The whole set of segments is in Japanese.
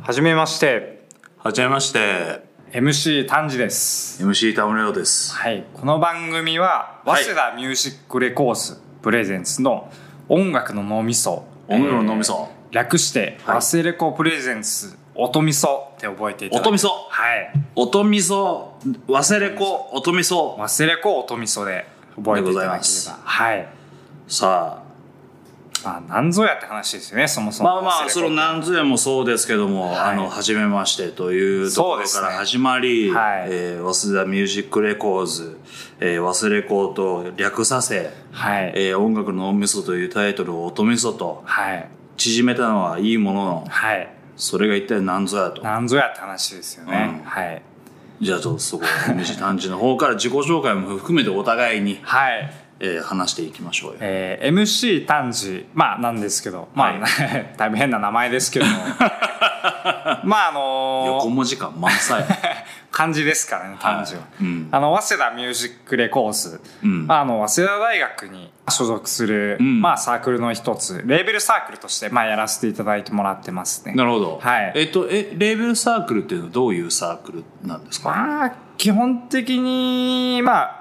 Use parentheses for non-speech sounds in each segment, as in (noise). はじめましてはじめまして MC 丹治です MC 田村亮ですはいこの番組ははい早稲田ミュージックレコースプレゼンツの音楽の脳みそ音楽の脳みそえー略してはい早稲レコプレゼンツ音みそって覚えていただいて音みそはい音みそ忘れ子音みそ早稲レコ音みそで覚えていただでございければますはいさまあ何ぞやって話ですよねそもあそもまあまあそのな何千もそうですけども、はいあの初めましてというとそころかうですねら始まり、はいえー早稲田ミュージックレコーズ、えー、忘れ子と略させ、はいえー音楽の脳みそというタイトルを音みそとはい縮めたのはいいもののはいそれが一体何ぞやと何ぞやって話ですよねうんはいじゃあちょっとそこ西探知の方から自己紹介も含めてお互いに、はいえー話していきましょうよえー MC 丹治まあなんですけどまあ、は (laughs) 大変な名前です (laughs) けどもまああの横ー文字感満載 (laughs) 漢字ですからね丹治は、はいうんあの早稲田ミュージックレコース、うんまあ、あの早稲田大学に所属する、んまあ、サークルの一つレーベルサークルとして、まあ、やらせていただいてもらってますね (laughs) なるほど、はいえっとえレーベルサークルっていうのはどういうサークルなんですかまあ基本的にまあ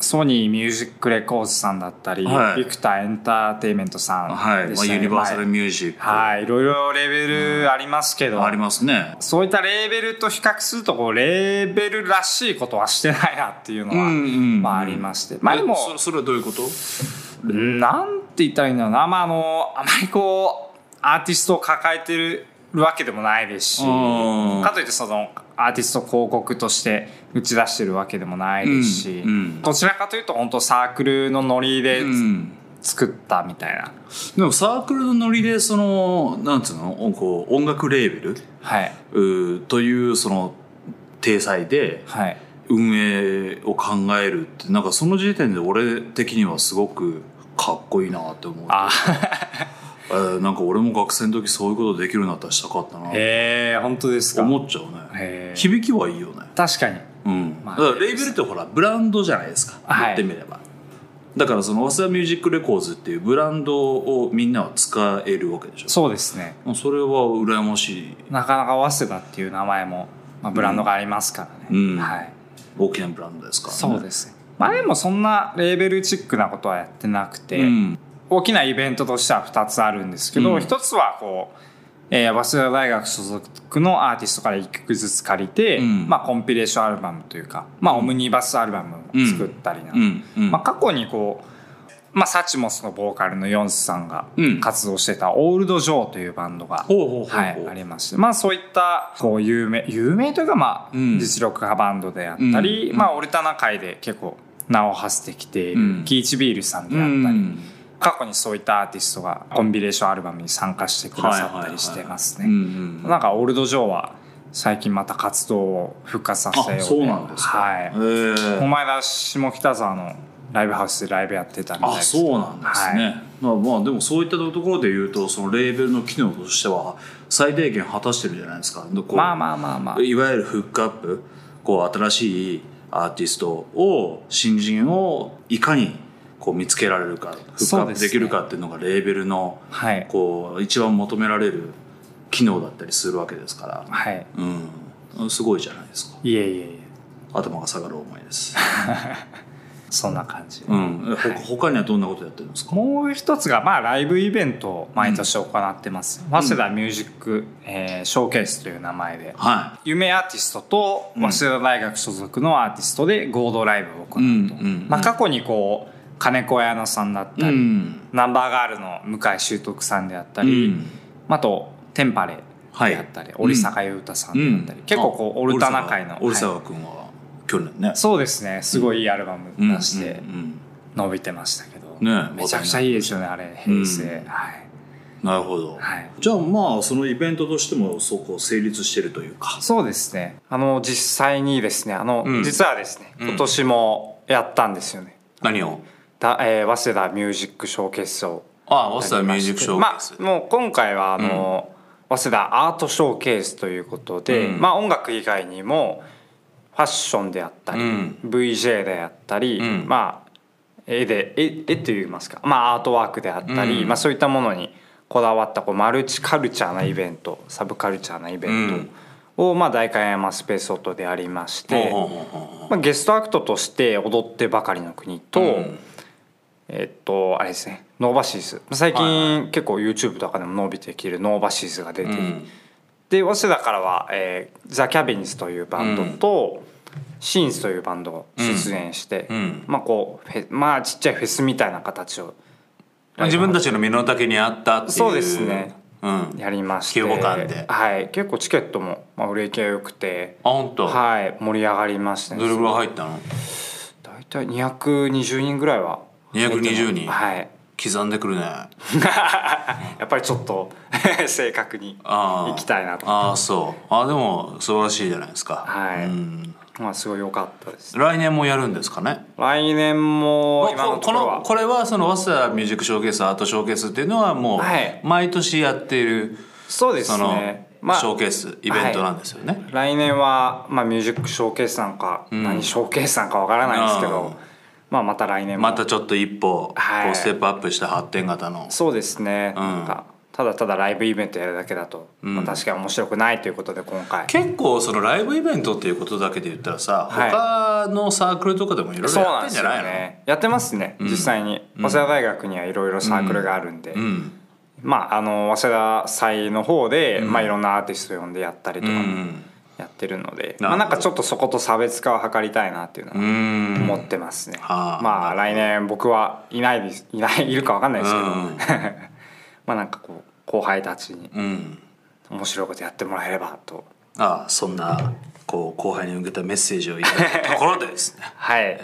ソニーミュージックレコーズさんだったり、はいビクターエンターテイメントさんはい、でまあ、したねユニバーサはいルミュージック、はい、いろいろレベルありますけど、ありますねそういったレーベルと比較するとこうレーベルらしいことはしてないなっていうのは、うんうんうんまあ、ありまして、まあ、でもえそそれはどういうことなんて言ったらいいんだろうな、まあ、あのあまりこうアーティストを抱えてるわけでもないですしうんかといってそのアーティスト広告として打ち出してるわけでもないですし、うんうんどちらかというと本当サークルのノリでうん作ったみたいな、でもサークルのノリでそのなんつうのこう音楽レーベルはい、うーというその体裁ではい、運営を考えるってなんかその時点で俺的にはすごくかっこいいなって思うあ (laughs) えーなんか俺も学生の時そういうことできるようになったらしたかったなへえ本当ですか思っちゃうへねー響きはいいよね確かにうん、まあだからレーベルってほらブランドじゃないですか、はい言ってみればだからその早稲田ミュージックレコーズっていうブランドをみんなは使えるわけでしょそうですねもうそれは羨ましいなかなか早稲田っていう名前も、まあ、ブランドがありますからね、うんはい、大きなブランドですから、ね、そうですねまあでもそんなレーベルチックなことはやってなくて、うん大きなイベントとしては2つあるんですけど、うん1つはこう、えー早稲田大学所属のアーティストから1曲ずつ借りて、うんまあ、コンピレーションアルバムというか、まあ、オムニバスアルバムを作ったりなんかうんうんまあ、過去にこう、まあ、サチモスのボーカルのヨンスさんがうん活動してたオールドジョーというバンドが、ほうほうほうほうはい、ありまして、まあ、そういったこう有名有名というか、まあうん実力派バンドであったり、うんまあ、オルタナ界で結構名を馳せてきている、うんキーチビールさんであったり、うん過去にそういったアーティストがコンビレーションアルバムに参加してくださったりしてますね。はいはいはいうんうんなんかオールドジョーは最近また活動を復活させたようあでそうなんですか、はいへえこの間下北沢のライブハウスでライブやってたみたいあそうなんですね、はまあまあでもそういったところで言うとそのレーベルの機能としては最低限果たしてるじゃないですかでこうまあまあまあまあいわゆるフックアップこう新しいアーティストを新人をいかにこう見つけられるかフックアそうッでプすねできるかっていうのがレーベルのはいこう一番求められる機能だったりするわけですから、はいうん、すごいじゃないですかいえいえいえ頭が下がる思いです、そんな感じ、うん、ほ他にはどんなことやってるんですかもう一つがまあライブイベントを毎年行ってます、早稲田ミュージック、えーショーケースという名前ではい有名アーティストとん早稲田大学所属のアーティストで合同ライブを行うと、うんうんうんまあ、過去にこう金子綾乃さんだったり、うんナンバーガールの向井修徳さんであったり、うんあとテンパレであったり、はい織坂優太さんであったり、結構こうオルタナ界のオルはサいワ君は去年ねそうですねすごいいいアルバム出してうんうん伸びてましたけど、ねえめちゃくちゃいいですよねあれ平成、うんはい、うんなるほど、はいじゃあまあそのイベントとしてもそこ成立してるというかそうですねあの実際にですねあの、うん実はですねうん今年もやったんですよね、何をだえー早稲田ミュージックショーケースをやあありまして早稲田ミュージックショーケース、まあ、もう今回はあの、早稲田アートショーケースということで、うんまあ、音楽以外にもファッションであったり、うん VJ であったり、うんまあ、絵で絵絵といいますか、まあ、アートワークであったり、うんまあ、そういったものにこだわったこうマルチカルチャーなイベントサブカルチャーなイベントを、まあ、代官山スペースオートでありまして、ほうほうほうほうまあ、ゲストアクトとして「踊ってばかりの国と」うんえっとあれですねノーバシーズ最近、結構 YouTube とかでも伸びてきてるノーバシーズが出て、うんで早稲田からは、えーザ・キャビンズというバンドと、シンスというバンドを出演して、うんまあこうフェまあちっちゃいフェスみたいな形をまあ自分たちの身の丈に合ったっていうそうですねうんあやりまして規模感ではい、結構チケットも、まあ、売れ行きが良くて、本当。はい、盛り上がりましたねどれぐらい入ったの大体220人ぐらいは220人はい刻んでくるねやっぱりちょっと (laughs) 正確にあー行きたいなとあーそうあーでも素晴らしいじゃないですかはいうんまあすごい良かったです来年もやるんですかね来年も今まあのことこころのはこれはその早稲田ミュージックショーケースアートショーケースっていうのはもはいう毎年やっているそうですそのねまあショーケースイベントなんですよね、来年は、まあ、ミュージックショーケースなんか、ん何ショーケースなんかわからないですけど、うんまあ、また来年もまたちょっと一歩こはいうステップアップした発展型のそうですね、んなんかただただライブイベントやるだけだと、まあ、確かに面白くないということで今回結構そのライブイベントっていうことだけで言ったらさ、はい他のサークルとかでもいろいろそうやっなんてでんすじゃよないのねやってますね、実際に早稲田大学にはいろいろサークルがあるんで、うんまああの早稲田祭の方で、まあ、いろんなアーティスト呼んでやったりとかうもんやってるので、ほどまあ、なんかちょっとそこと差別化を図りたいなっていうのはうん思ってますね、はあまあ来年僕はいないですいないいるかわかんないですけど、うん (laughs) まあなんかこう後輩たちにうん面白いことやってもらえればとああそんなこう後輩に向けたメッセージをいただいたところでですねはい、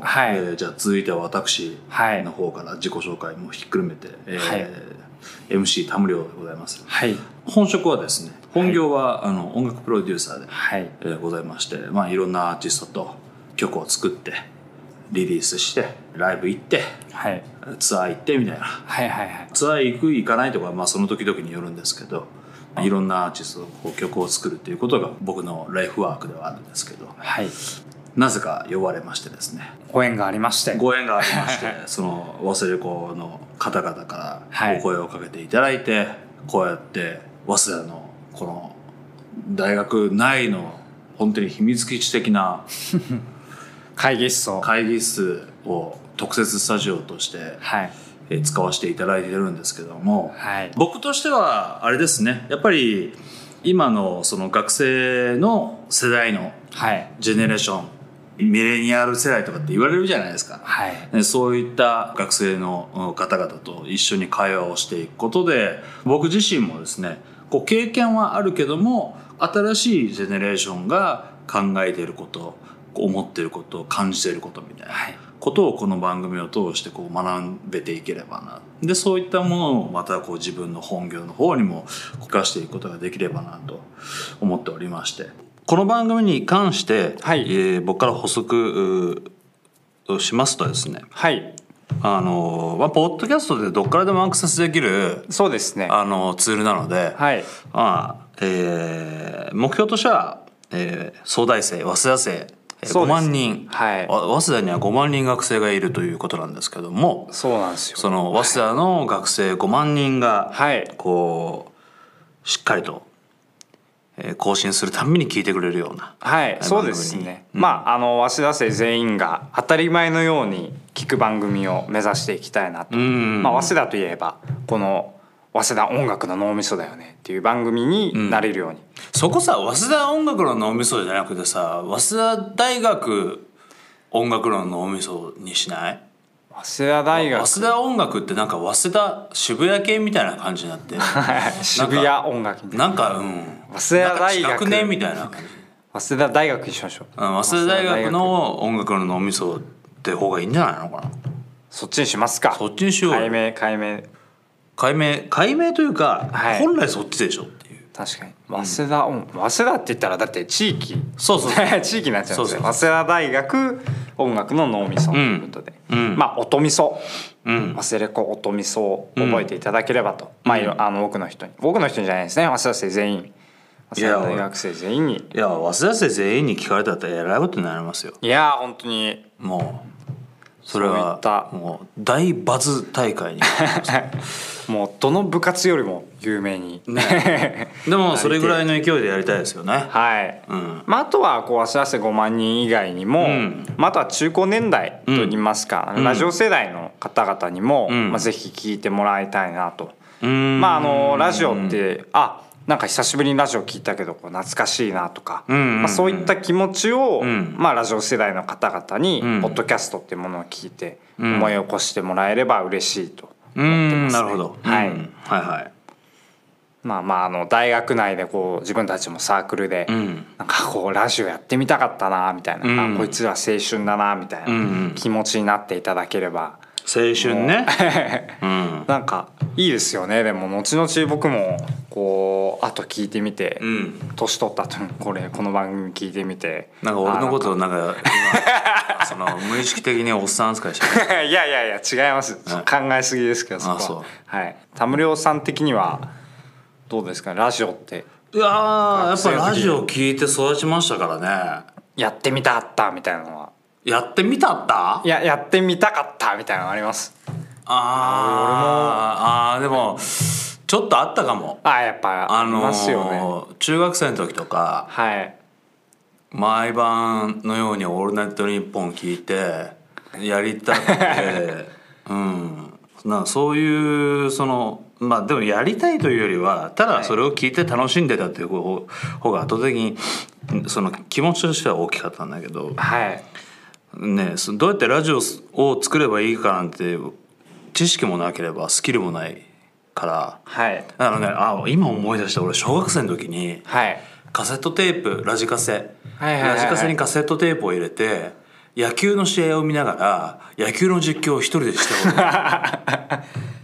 はえい、ーじゃあ続いては私はいの方から自己紹介もひっくるめて、えーはい MC 田無亮でございますはい本職はですね本業は、あの音楽プロデューサーではいえーございまして、まあ、いろんなアーティストと曲を作ってリリースしてライブ行ってはいツアー行ってみたいなはいはいはいツアー行く行かないとか、まあ、その時々によるんですけどいろんなアーティストのこう曲を作るっていうことが僕のライフワークではあるんですけどはいなぜか呼ばれましてですねご縁がありましてご縁がありましてその忘れ子の方々かはらいお声をかけていただいて、こうやって早稲田のこの大学内の本当に秘密基地的な会議室をは会議室を特設スタジオとして、いえー使わせていただいてるんですけども、はい僕としてはあれですねやっぱり今のその学生の世代のはいジェネレーションミレニアル世代とかって言われるじゃないですか、はいねそういった学生のうん方々と一緒に会話をしていくことで僕自身もですねこう経験はあるけども新しいジェネレーションが考えていること思っていること感じていることみたいなはいことをこの番組を通してこう学べていければなでそういったものをまたこう自分の本業の方にも活かしていくことができればなと思っておりましてこの番組に関して、はいえー僕から補足うーしますとですねはいあのー、まあ、ポッドキャストでどっからでもアクセスできる、そうですねあのーツールなので、はいまあえー目標としては、えー、総大生早稲田生えーそ5うです万人、はいわ早稲田には5万人学生がいるということなんですけどもそうなんですよその早稲田の学生5万人が、はいこうしっかりと、えー更新するために聞いてくれるようなはい、あそうです番組ね。まああの早稲田生全員が当たり前のように聞く番組を目指していきたいなと。んまあ早稲田といえばこの早稲田音楽の脳みそだよねっていう番組になれるように。そこさ早稲田音楽論の脳みそじゃなくてさ早稲田大学音楽論の脳みそにしない早稲田大学早稲田音楽ってなんか早稲田渋谷系みたいな感じになって (laughs) 渋谷音楽になんかうん早稲田大なんか学違くねみたいな感じ早稲田大学にしましょう。うん早稲田大学の音楽の脳みそって方がいいんじゃないのかなそっちにしますか。そっちにしよう解よ明解明解明解明というか、はい本来そっちでしょっていう確かに早稲田音、早稲田って言ったらだって地域そうそ (laughs) う地域になっちゃうんですよそうそう早稲田大学音楽の脳みそということで、うんうんまあ音みそうん忘れ子音みそを覚えていただければと、まあいろあの多くの人に多くの人にじゃないですね早稲田生全員い早稲や田大学生全員にいや早稲田生全員に聞かれたらえらいことになりますよいやー本当にもうそれはそういったもう大バズ大会にもうどの部活よりも有名に、 (laughs) でもそれぐらいの勢いでやりたいですよね、はい、うん、まあ、あとはこう足合せ5万人以外にも、んまあ、あとは中高年代といいますか、んラジオ世代の方々にも、うんまあ、ぜひ聞いてもらいたいなと、うんまああのラジオってあなんか久しぶりにラジオ聞いたけどこう懐かしいなとか、うんうんうんまあ、そういった気持ちを、うんまあ、ラジオ世代の方々に、うんポッドキャストっていうものを聞いてうん思い起こしてもらえれば嬉しいと、うんなるほど、はいうんはいはいまあまああの大学内でこう自分たちもサークルで、うんなんかこうラジオやってみたかったなみたいな、うんあこいつら青春だなみたいうんうなん気持ちになっていただければ、青春 (laughs) ね、うんなんかいいですよねでも後々僕もこうあと聞いてみて、うん、年取ったとこれこの番組聞いてみてなんか俺のこととをなんか (laughs) 今その無意識的におっさん扱いして (laughs) るいやいやいや違いますあ考えすぎですけどそこはあそうはい田村さん的にはどうですかラジオっていやーや学っ生ぱの時ラジオ聞いて育ちましたからねやってみたかったみたいなのはやってみたったいややってみたかったみたいなのありますあーあーでもちょっとあったかもあやっぱあありのーますよね、中学生の時とかはい毎晩のように「オールナイトニッポン」聞いてやりたくてうんなんかそういうそのまあでもやりたいというよりはただそれを聞いて楽しんでたという方方が圧倒的にその気持ちとしては大きかったんだけどはいねそどうやってラジオを作ればいいかなんて知識もなければスキルもないからはいあのねあ今思い出した俺小学生の時にはいカセットテープラジカセ、はいはいはいはいラジカセにカセットテープを入れて野球の試合を見ながら野球の実況を一人でし (laughs) てた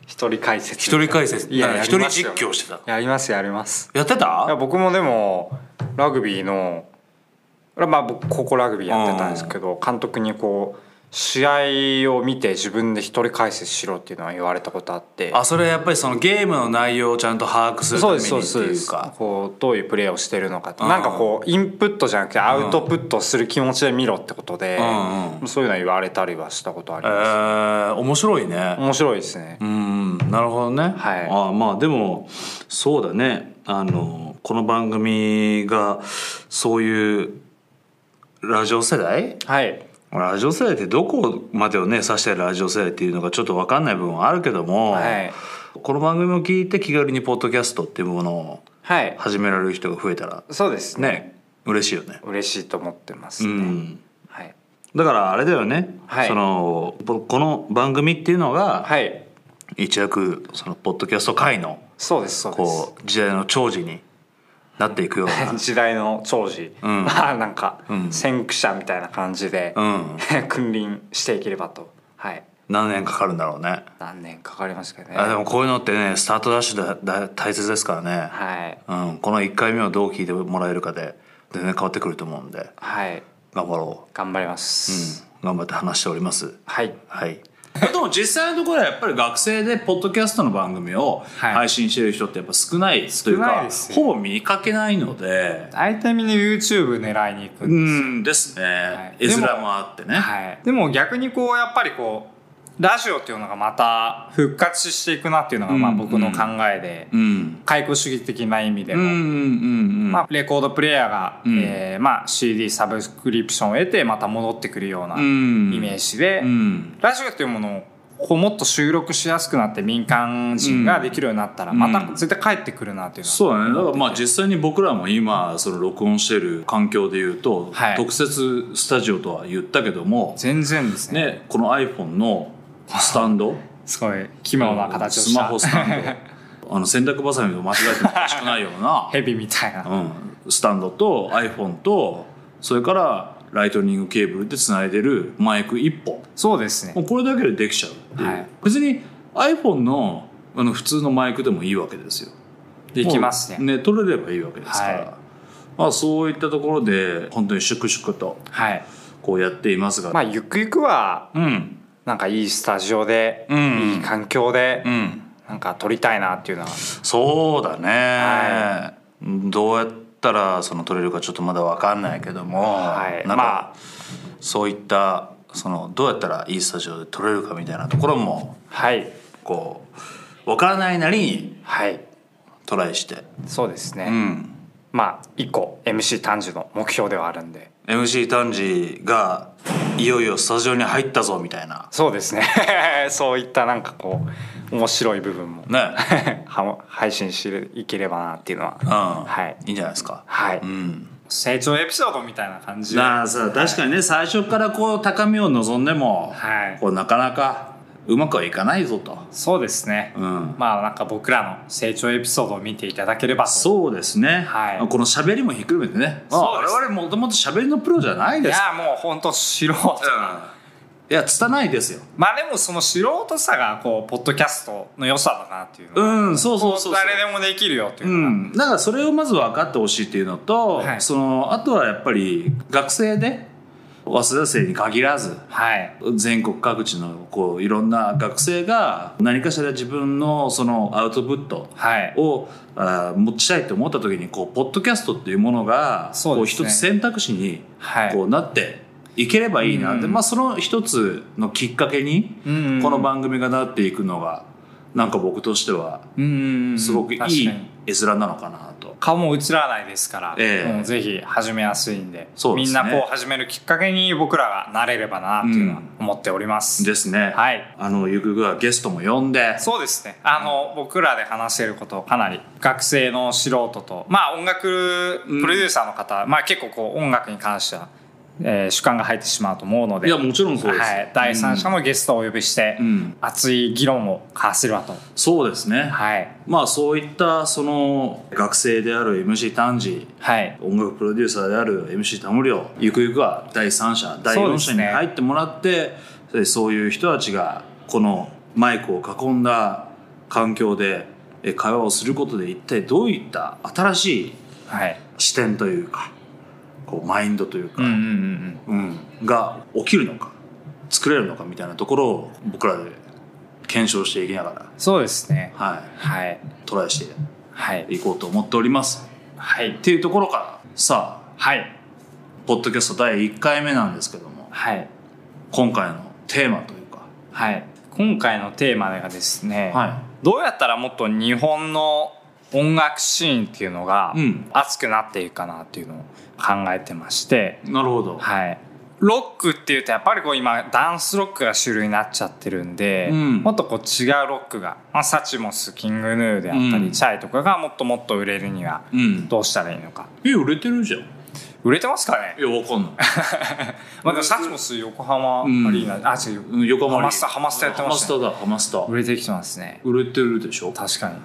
一人解説一人解説いややだから一り人ます実よ況してたやりますやりますやっていやた僕もでもラグビーのまあ僕高校ラグビーやってたんですけど、監督にこう試合を見て自分で一人解説しろっていうのは言われたことあってあそれはやっぱりそのゲームの内容をちゃんと把握するたそうめでにっすてそうですそうでいうすかこうどういうプレーをしてるのかってうんなんかこうインプットじゃなくてアウトプットする気持ちで見ろってことで、うんうそういうのは言われたりはしたことありえます、ー、面白いね面白いですねうんなるほどね、はいああまあでもそうだねあのこの番組がそういうラジオ世代はいラジオ世代ってどこまでをね指してるラジオ世代っていうのがちょっと分かんない部分はあるけども、はいこの番組を聞いて気軽にポッドキャストっていうものをはい始められる人が増えたらそうですねね嬉しいよね。嬉しいと思ってますうね、んはいだからあれだよね、はいそのぼこの番組っていうのがはい一躍そのポッドキャスト界のそうですそうですこう時代の長寿になっていくよう (laughs) な時代の長寿、んまあなんかうん先駆者みたいな感じで、うん (laughs) 君臨していければとはい何年かかるんだろうね、何年かかりますかねあでもこういうのってねスタートダッシュだだ大切ですからね、はいうん、この1回目をどう聞いてもらえるかで全然変わってくると思うんではい頑張ろ頑張りまう、す、うん、頑張って話しておりますはいはいでも実際のところはやっぱり学生でポッドキャストの番組をはい配信してる人ってやっぱ少ないという少か、ないですよほぼ見かけないので大体みんな YouTube 狙いに行くんうですよ、んですね、い絵面もあってね、はい、でも逆にこうやっぱりこうラジオっていうのがまた復活していくなっていうのがまあうん僕の考えで、うん開放主義的な意味でうんも、うんうんまあ、レコードプレイヤーが、うんえーまあ、CD サブスクリプションを得てまた戻ってくるようなうイんメージで、うんラジオというものをこうもっと収録しやすくなって民間人ができるようになったらまた絶対帰ってくるなっていうのは、そうだねだからまあ実際に僕らも今その録音してる環境で言うと、はい特設スタジオとは言ったけども、全然ですねね、この iPhone のスタンドすごい奇妙な形をスしたマホスタン (laughs) ドあの洗濯ばさみと間違えてもおかしくないような、ヘビみたいな、うん、スタンドと iPhone とそれからライトニングケーブルでつないでるマイク1本そうですねもうこれだけでできちゃうっていう、はい別に iPhone のあの普通のマイクでもいいわけですよできますねもうね取れればいいわけですから、はいまあ、そういったところで本当に粛々とはいこうやっていますが、まあゆくゆくはうんなんかいいスタジオで、うんいい環境で、うんなんか撮りたいなっていうのはそうだね、はどうやったらその取れるかちょっとまだ分かんないけども、はいなんかまあそういったそのどうやったらいいスタジオで撮れるかみたいなところもはいこう分からないなりにはいトライして、そうですね、うん、まあ一個 MC 単純の目標ではあるんで MC 丹治がいよいよスタジオに入ったぞみたいなそうですねそういったなんかこう面白い部分もね、は配信していければなっていうのはうん (laughs) はいいいんじゃないですか、はい、うん、成長エピソードみたいな感じでまあさ確かにね最初からこう高みを望んでも、はいこうなかなかうまくはいかないぞと、そうですね、うん、まあなんか僕らの成長エピソードを見ていただければとそうですね、はいこの喋りもひっくるめてね、まあ、そうです我々もともと喋りのプロじゃないいですやもう本当素人、いや拙いですよまあでもその素人さがこうポッドキャストの良さだなっていうのはうんそうそうそうそう誰でもできるよっていううのが、ん、だからそれをまず分かってほしいっていうのと、はいそのあとはやっぱり学生で早稲田生に限らずはい全国各地のこういろんな学生が何かしら自分のそのアウトプットはいをあー持ちたいと思った時にこうポッドキャストっていうものがそうこうですね一つ選択肢にはいこうなっていければいいなって、うんまあ、その一つのきっかけにうんこの番組がなっていくのがなんか僕としてはうんすごくい確いかに絵面なのかなと。顔も映らないですから、ええもうぜひ始めやすいんでそうでみすんねなこう始めるきっかけに僕らがなれればなっていうのはうん思っております、ですね。はいあのゆくゆくはゲストも呼んで、そうですねあの僕らで話してることかなり学生の素人とまあ音楽プロデューサーの方、まあ結構こう音楽に関しては、えー主観が入ってしまうと思うのでいやもちろんそうです。はい、第三者のゲストをお呼びして、うん熱い議論を交わせるわとそうですね。はいまあそういったその学生である MC 丹治はい音楽プロデューサーである MC タモリをゆくゆくは第三者第四者に入ってもらってそう,、いう人たちがこのマイクを囲んだ環境でえ会話をすることで一体どういった新しいはい視点というかこうマインドというか、うんうんうんうんが起きるのか作れるのかみたいなところを僕らで検証していきながそうですねら、はい、はいトライしてはいいこうと思っております。はいっていうところからさあはいポッドキャスト第1回目なんですけどもはい今回のテーマというかはい今回のテーマがですね、はどうやったらもっと日本の音楽シーンっていうのがうん熱くなっていくかなっていうのを考えてまして、いなるほどはい、ロックっていうとやっぱりこう今ダンスロックが主流になっちゃってるんで、うんもっとこう違うロックが、まあ、サチモスキングヌーであったり、うんチャイとかがもっともっと売れるにはうんどうしたらいいのかえ売れてるじゃんい売れてますかね、やわかんないまあ、でもサチモス横浜アうんリーナ、あ違ううん横浜ハマスタハマスタやってましたねハマスタだハマスタ売れてきてますね売れてるでしょ確かに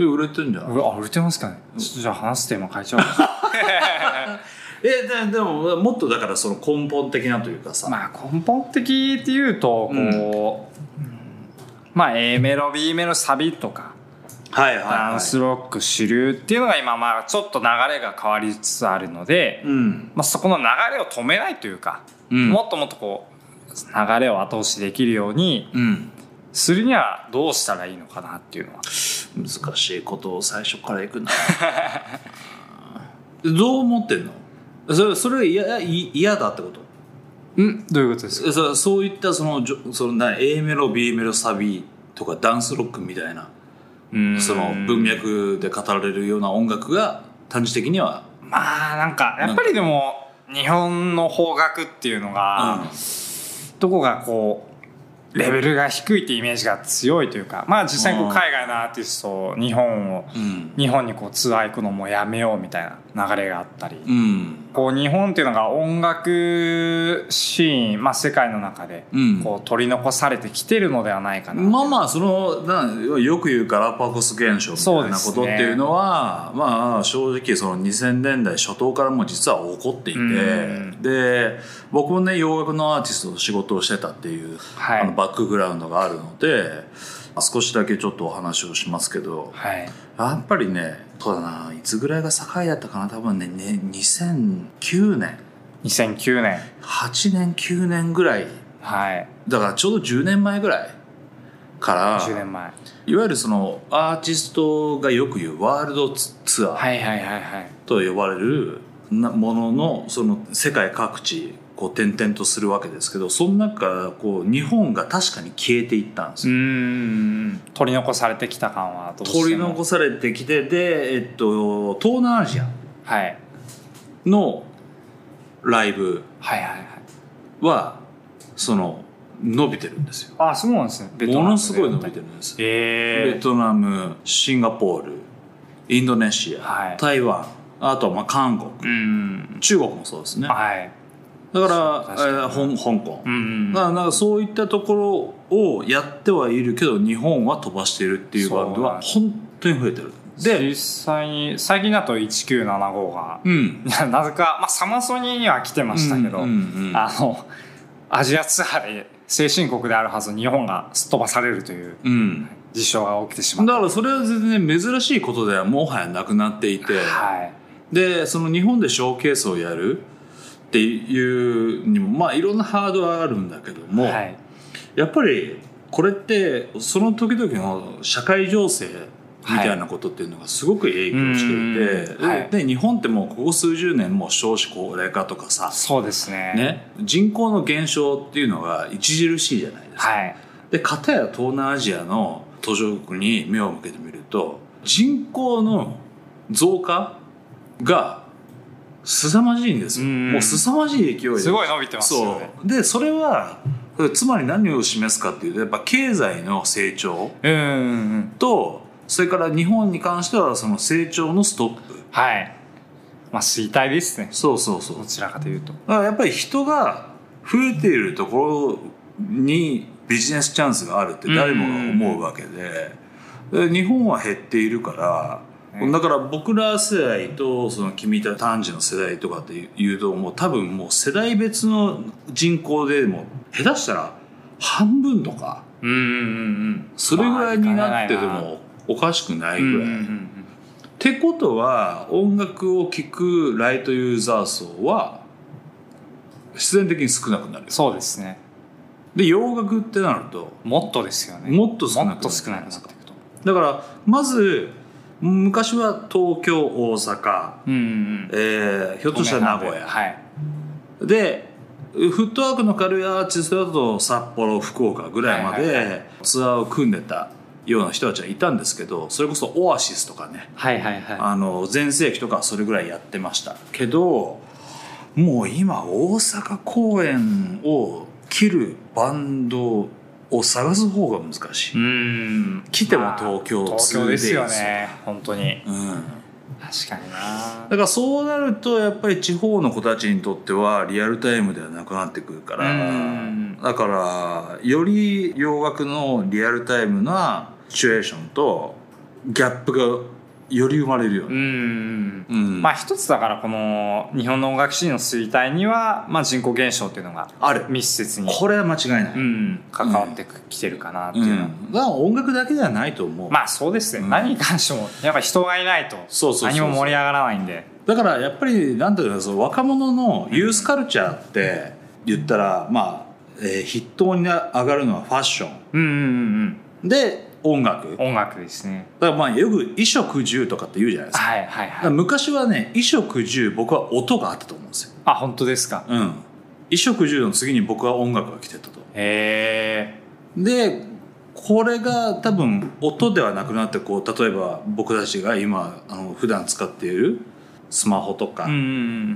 え売れてんじゃうんわあ売れてますかねちょっとじゃあ話すテーマ変えちゃおう (laughs) かえででももっとだからその根本的なというかさ、まあ根本的っていうとこう、うんまあ A メロ B メロサビとかはいはい、ダはンスい、ロック主流っていうのが今まあちょっと流れが変わりつつあるので、うんまあ、そこの流れを止めないというか、うんもっともっとこう流れを後押しできるようにうんするにはどうしたらいいのかなっていうのは難しいことを最初からい (laughs) くなどう思ってんのそれそれ嫌い嫌だってことうんどういうことですかえそそういったそのじょそのな A メロ B メロサビとかダンスロックみたいなその文脈で語られるような音楽が短時的にはまあなんかやっぱりでも日本の邦楽っていうのが、どこがこうレベルが低いってイメージが強いというかまあ実際にこううん海外のアーティスト日本をうん日本にこうツアー行くのもやめようみたいな流れがあったり、うんこう日本っていうのが音楽シーン、まあ、世界の中でうんこう取り残されてきてるのではないかな、まあまあそのなよく言うガラパゴス現象みたいなことっていうのはまあ正直その2000年代初頭からも実は起こっていて、うんで僕もね洋楽のアーティストの仕事をしてたっていう、はいあのバックグラウンドがあるので少しだけちょっとお話をしますけどはいやっぱりねそうだないつぐらいが境だったかな多分ねね2009年2009年8年9年ぐらいはいだからちょうど10年前ぐらいから10年前いわゆるそのアーティストがよく言うワールドツツアーはいはいはいはいと呼ばれるなもののその世界各地こう転々とするわけですけどその中からこう日本が確かに消えていったんですようーん取り残されてきた感はどうしても取り残されてきてで、えっと、東南アジアはいのライブはいはいはいはその伸びてるんですよあそうなんですねベトナムもでのすごい伸びてるんです、えベえトナムシンガポールインドネシア、はい台湾あとはまあ韓国うん中国もそうですねだかはいら、そうえーほん香港、うんだからなんかそういったところをやってはいるけど日本は飛ばしてるっていうバンドは本当に増えてるで実際に最近だと1975が (laughs) うんいやなぜか、まあ、サマソニーには来てましたけど、うんうんうんあのアジアツアーで先進国であるはずの日本がすっ飛ばされるといううん事象が起きてしまだったからそれは全然珍しいことではもはやなくなっていて、はいでその日本でショーケースをやるっていうにもまあいろんなハードルはあるんだけども、はいやっぱりこれってその時々の社会情勢みたいなことっていうのがすごく影響していて、うんはいで日本ってもうここ数十年もう少子高齢化とかさ、そうですねね、人口の減少っていうのが著しいじゃないですか。はいで片や東南アジアの途上国に目を向けてみると人口の増加が凄まじいんですよ、うんもう凄まじい勢いですごい伸びてますよねそうでそれはつまり何を示すかっていうとやっぱ経済の成長うんうんうんとそれから日本に関してはその成長のストップはいまあ衰退ですねそうそうそうどちらかというとだからやっぱり人が増えているところにビジネスチャンスがあるって誰もが思うわけで,、で日本は減っているから、ねだから僕ら世代とその君たち炭治の世代とかっていうともう多分もう世代別の人口でも下手したら半分とかうんうんうんそれぐらいになっててまあいかもおかしくなういんぐうんらい。うんうっんてことは音楽を聴くライトユーザー層は必然的に少なくなるよそうですねで洋楽ってなるともっとですよねもっと少なくなもるっと少なくなっていくとだからまず昔は東京大阪、うんうんえーひょっとしたら名古屋、はいでフットワークの軽いアーティストだと札幌福岡ぐらいまはいはいはでツアーを組んでたような人たちはいたんですけどそれこそオアシスとかねはいはいはいあの全盛期とかはそれぐらいやってましたけどもう今大阪公演を切るバンドを探す方が難しい。うん来ても東京東京ですよね本当にうん確かになだからそうなるとやっぱり地方の子たちにとってはリアルタイムではなくなってくるかうんらだからより洋楽のリアルタイムなシチュエーションとギャップがより生まれるようね。んうんまあ一つだからこの日本の音楽シーンの衰退には、まあ、人口減少っていうのがある密接に、これは間違いない。うん、関わってきてるかなっていうのは、うんだから音楽だけではないと思う。まあそうですね、うん何に関してもやっぱ人がいないとそうそうそうそう何も盛り上がらないんでだからやっぱりなんていうのその若者のユースカルチャーって言ったら、まあ、えー筆頭にな上がるのはファッショうんうんンで音楽うんうん音楽ですねだからまあよく衣食住とかって言うじゃないですかはいはいだからはい昔はね衣食住僕は音があったと思うんですよあ本当ですかうん衣食住の次に僕は音楽が来てたとへでこれが多分音ではなくなってこう例えば僕たちが今あの普段使っているスマホとか、えうんうんう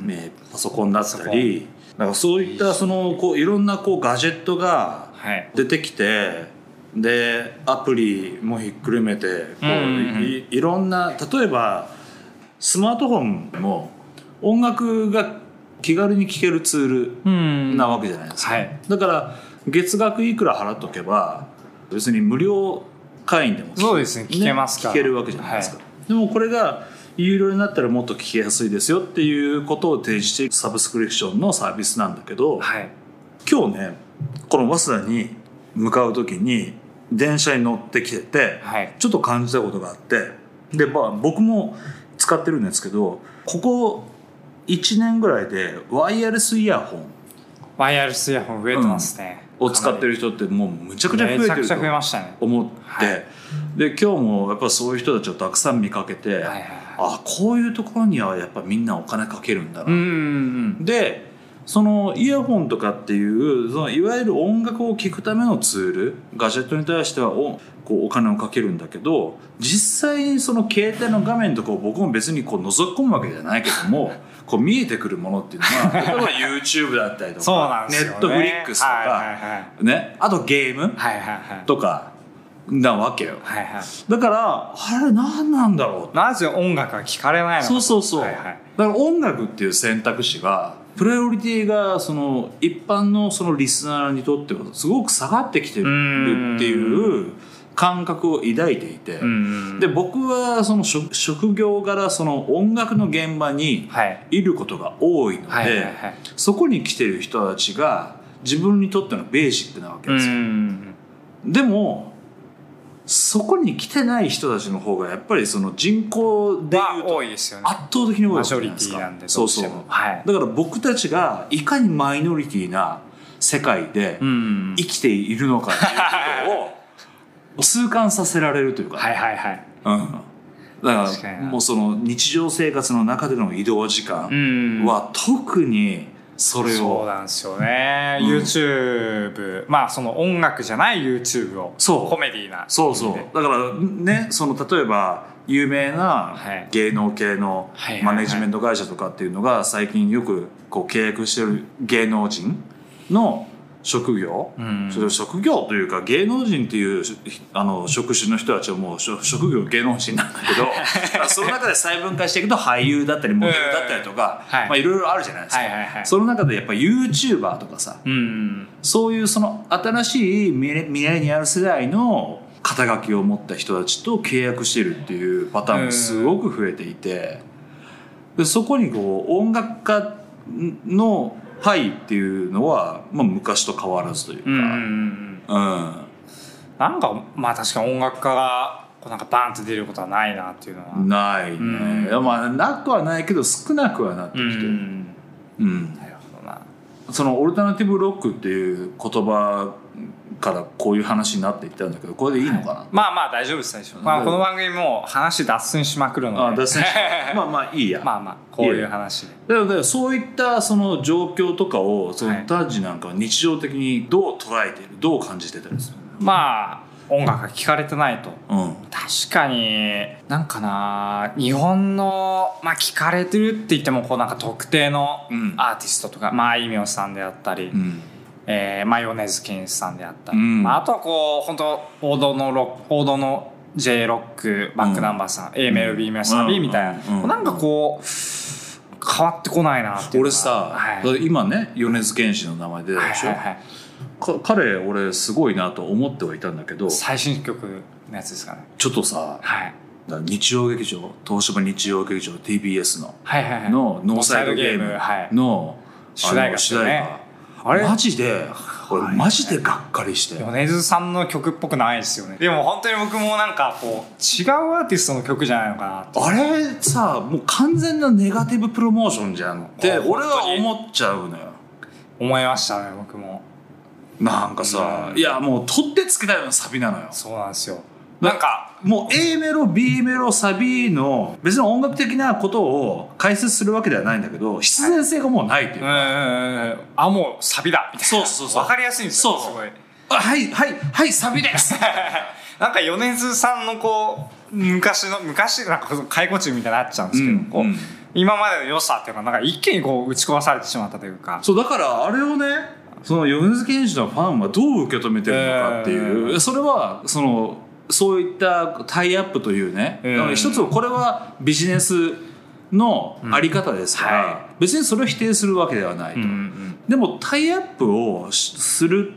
んねパソコンだったりなんかそういったそのこういろんなこうガジェットがはい出てきてでアプリもひっくるめてうこうんうんうんいいろんな例えばスマートフォンも音楽が気軽に聴けるツーうんルなわけじゃないですか、はいだから月額いくら払っとけば別に無料会員でもそうですね聞けますからね聞けるわけじゃないですか、でもこれが有料になったらもっと聞きやすいですよっていうことを提示しているサブスクリプションのサービスなんだけど、はい今日ねこの早稲田に向かう時に電車に乗ってきてて、はいちょっと感じたことがあってで、まあ、僕も使ってるんですけどここ1年ぐらいでワイヤレスイヤホンワイヤレスイヤホン増えてますね、を使ってるる人ってもうむちゃくちゃ増えめちてゃくるちとゃ増えましたね思って、はいで今日もやっぱそういう人たちをたくさん見かけて、はいはいはいあこういうところにはやっぱみんなお金かけるんだうな、んうんうんでそのイヤホンとかっていうそのいわゆる音楽を聴くためのツールガジェットに対してはおこうお金をかけるんだけど実際にその携帯の画面とかを僕も別にこう覗き込むわけじゃないけ (laughs) どもこう見えてくるものっていうのは例えば YouTube だったりとそうなかんでネすよ、ねッ、トフリックスとはいはいか、はいね、あとゲームはいはいはいとかなわけよはいはいだからあれ何なんだろうなぜ音楽が聴かれないのかそうそうそう、はいはいだから音楽っていう選択肢がプライオリティがその一般のそのリスナーにとってはすごく下がってきてるっていう感覚を抱いていて、うんで僕はその職職業柄その音楽の現場にはいいることが多いので、はいはいはいそこに来てる人たちが自分にとってのベーシックなわけうですよ、んでもそこに来てない人たちの方がやっぱりその人口でいうはと多いですよね圧倒的に多いマわけジじョゃないリでテすィかなんでそどううしそてうもはいだから僕たちがいかにマイノリティな世界でうん生きているのかっていうことを痛感させられるというか、はいはいはいうん、だか確からになもうその日常生活の中での移動時間んは特にそれそうをなんですよね、うん YouTube まあその音楽じゃない YouTube をそうコメディーなそうそう意味でだからねその例えば有名なはい芸能系のはいはいはマいネジメント会社とかっていうのが最近よくこう契約してる芸能人の職業、うんそれを職業というか芸能人っていうあの職種の人たちはもう職職業芸能人なんだけどま (laughs) あその中で細分化していくと俳優だったりモデルだったりとか、うんはいまあ、いろいろあるじゃないですか、はいはいはいその中でやっぱ YouTuber とかさうんそういうその新しいミレミレニアル世代の肩書きを持った人たちと契約してるっていうパターンもすごく増えていて、でそこにこう音楽家のパイっていうのは、まあ、昔と変わらずというか、うんうんうんうんなんかまあ確かに音楽家がこうなんかバーンと出ることはないなっていうのはないね、うんいやまあなくはないけど少なくはなってきてる、んうんなるほどなそのオルタナティブロックっていう言葉からこういう話になっていったんだけどこれでいいのかな、まあまあ大丈夫です大丈夫、まあ、この番組もう話脱線しまくるのであ脱線しまあ (laughs) まあいいやまあまあこういう話でだからそういったその状況とかをそはのいタッジなんかは日常的にどう捉えてるどう感じてたりするまあ音楽が聴かれてないとうん確かになんかな日本のまあ聞かれてるって言ってもこうなんか特定のうんアーティストとか、まああいみょんさんであったり、うんえーまあ米津玄師さんであったり、うんまあ、あとはこう本当王道のロック王道の J ロックバックナンバーさん、A メロ B メロサビみたいな、うんうんなんかこう変わってこないなっていうのが俺さ、はい、だから今ね米津玄師の名前出たはいでしょ、はいはいか彼俺すごいなと思ってはいたんだけどち最新曲のやつですかね、ょっとさはい、日曜劇場東芝日曜劇場 TBS のはいはいはいのノーサイドゲーノムはい、の主題歌あのです主よ題ね歌あれマジで俺マジでがっかりして米津さんの曲っぽくないですよねでも本当に僕もなんかこう違うアーティストの曲じゃないのかなってあれさもう完全なネガティブプロモーションじゃんってあ俺は本当に思っちゃうのよ思いましたね僕もなんかさ、うんいやもう取ってつけたようなサビなのよそうなんですよななんかもう A メロ B メロサビの別に音楽的なことを解説するわけではないんだけど必然性がもうないっていううか、んうんうんうんあもうサビだみたいなそうそうそうわかりやすいんですよそうすごいあはいはいはいサビですなんか米津さんのこう昔の昔なんか解雇中みたいになっちゃうんですけど、うんこううん今までの良さっていうのがなんか一気にこう打ち壊されてしまったというかそうだからあれをねその米津玄師のファンはどう受け止めてるのかっていう、えーそれはそのそういったタイアップというね、えーだから一つこれはビジネスのあり方ですから、うんは別にそれを否定するわけではないと、うんうんでもタイアップをしする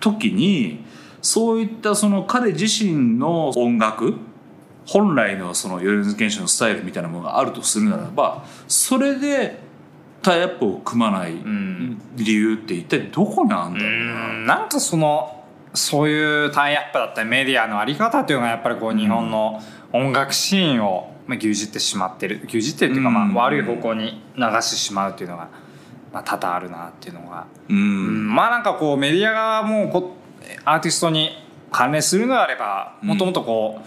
時にそういったその彼自身の音楽本来のその米津玄師のスタイルみたいなものがあるとするならばそれでタイアップを組まないん理由って一体どこにあんうだろうな、んなんかそのそういうタイアップだったりメディアのあり方というのがやっぱりこう日本の音楽シーンをまあ牛耳ってしまってる牛耳ってるっていうかうんまあ悪い方向に流してしまうっていうのがまあ多々あるなっていうのが、うんうんまあなんかこうメディアがもうこアーティストに関連するのであればもともとこ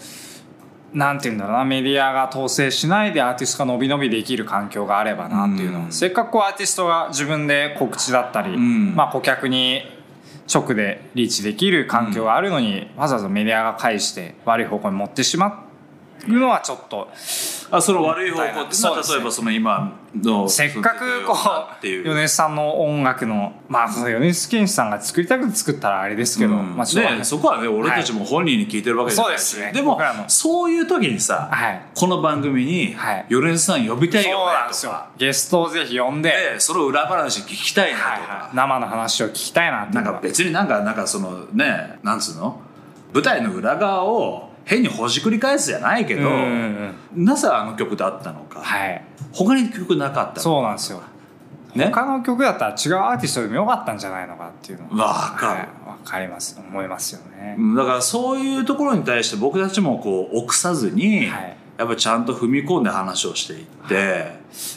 うなんていうんだろうなメディアが統制しないでアーティストが伸び伸びできる環境があればなっていうのは、うんせっかくこうアーティストが自分で告知だったり、うんまあ、顧客に直でリーチできる環境があるのに、わざわざメディアが介して悪い方向に持ってしまうのはちょっとあその悪い方向っていうのそうはですね例えばその今のせっかくこっうていう米津さんの音楽のまあその米津玄師さんが作りたくて作ったらあれですけど、うんまあちょっとね、そこはね俺たちも本人に聞いてるわけじゃないし、そうですねでも僕らのそういう時にさ、はいこの番組にはい米津さん呼びたいそようなんねでとすよか、ゲストをぜひ呼んで、でその裏話聞きたいなとか、はいはい生の話を聞きたいなっていなうんのかが別になんかなんかそのねなんつうの舞台の裏側を変にほじくり返すじゃないけうんど、うんうんなぜあの曲だったのか、はい他に曲なかったのそうなんですよ、ね他の曲だったら違うアーティストでもよかったんじゃないのかっていうのわかるはいわかります思いますよね、だからそういうところに対して僕たちもこう臆さずに、はいやっぱちゃんと踏み込んで話をしていって、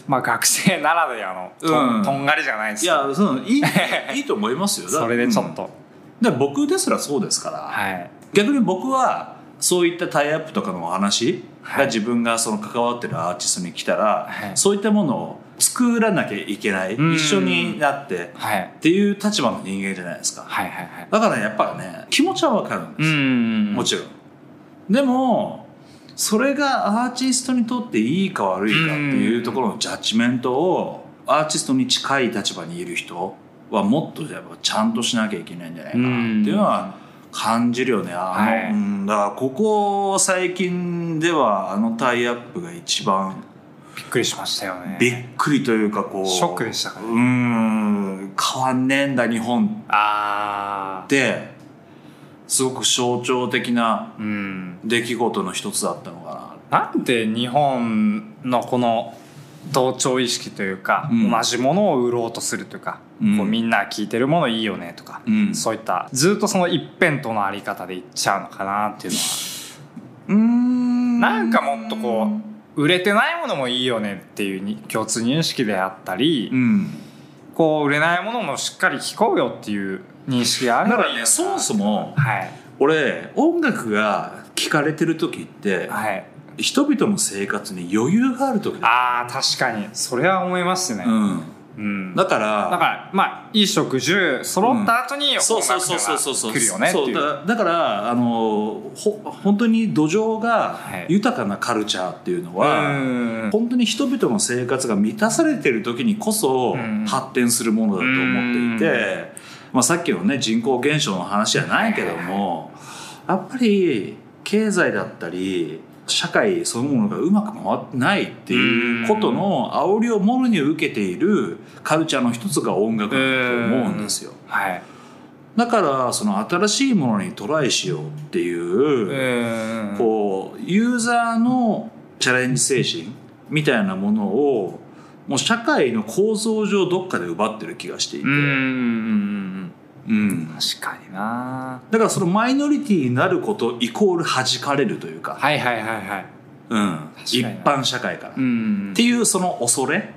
まあ学生ならではのと,、うんん、とんがりじゃないですいけどやそのい (laughs) いいいと思いますよだそれでちょっ、うと、んで僕ですらそうですから、はい逆に僕はそういったタイアップとかのお話はがい自分がその関わってるアーティストに来たら、はいそういったものを作らなきゃいけない、うん一緒になってはいはいっていう立場の人間じゃないですか、はいはいだからやっぱね気持ちはわかるんですうよ、んもちろん。でも、それがアーティストにとっていいか悪いかっていうところのジャッジメントを、アーティストに近い立場にいる人はもっとやっぱちゃんとしなきゃいけないんじゃないかなっていうのは感じるよね。あの、はいうんだからここ最近ではあのタイアップが一番びっくりしましたよねびっくりというかこう。ショックでしたからねうん、変わんねえんだ日本ああって、すごく象徴的なうん出来事の一つだったのかななんで日本のこの同調意識というか、うん同じものを売ろうとするというか、うんこうみんな聞いてるものいいよねとか、うんそういったずっとその一辺倒のあり方でいっちゃうのかなっていうのはうんなんかもっとこう売れてないものもいいよねっていうに共通認識であったり、うんこう売れないものもしっかり聞こうよっていう認識があるだかのがいいらのねかそもそもはい俺音楽が聴かれてる時って、はい人々の生活に余裕がある時だ、あー確かにそれは思いますね、うん、うんだからだからまあ衣食住揃った後にそう音そう楽そうそうそうが来るよねってそういうだだからあのほ本当に土壌がはい豊かなカルチャーっていうのは、は本当に人々の生活が満たされてる時にこそうん発展するものだと思っていて、まあ、さっきのね人口減少の話じゃないけどもやっぱり経済だったり社会そのものがうまく回ってないっていうことの煽りをもろに受けているカルチャーの一つが音楽だと思うんですよ。はいだからその新しいものにトライしようっていうここうユーザーのチャレンジ精神みたいなものをもう社会の構造上どっかで奪ってる気がしていて、ううんうん確かになだからそのマイノリティになることイコール弾かれるというか、はいはいはいはいうん、確一かに般社会から、うっんていうその恐れ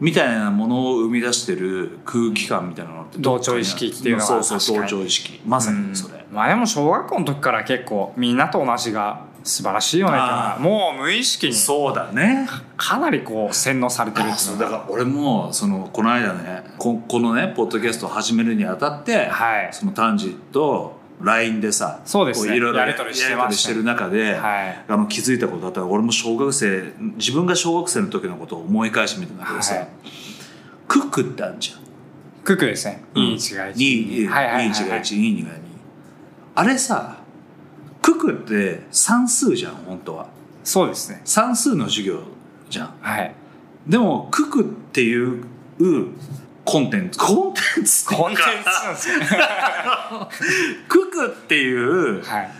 みたいなものを生み出してる空気感みたいなのってどっかに同調意識っていうのがそうそう確か同に調意識まさにそれ、うんまあでも小学校の時から結構みんなと同じが素晴らしいよねっていうのあがーもう無意識にそうだねかなりこう洗脳されてるっていそううのだがから俺もそのこの間ねここのねポッドキャストを始めるにあたって、はいその丹治と LINE でさそうですねこいろいろやり取りしてましたやねり取りしてる中で、はいあの気づいたことだったら俺も小学生自分が小学生の時のことを思い返してみたんだけどさ、はいクックってあるじゃんクックですねいい違い2 2 1はいはいはいはいが1 2 2が2あれさクックって算数じゃん本当はそうですね算数の授業じゃんはいでも、ククっていうコンテンツ、コンテンツっていうかコンテンツなんですよククっていう (laughs) 手はい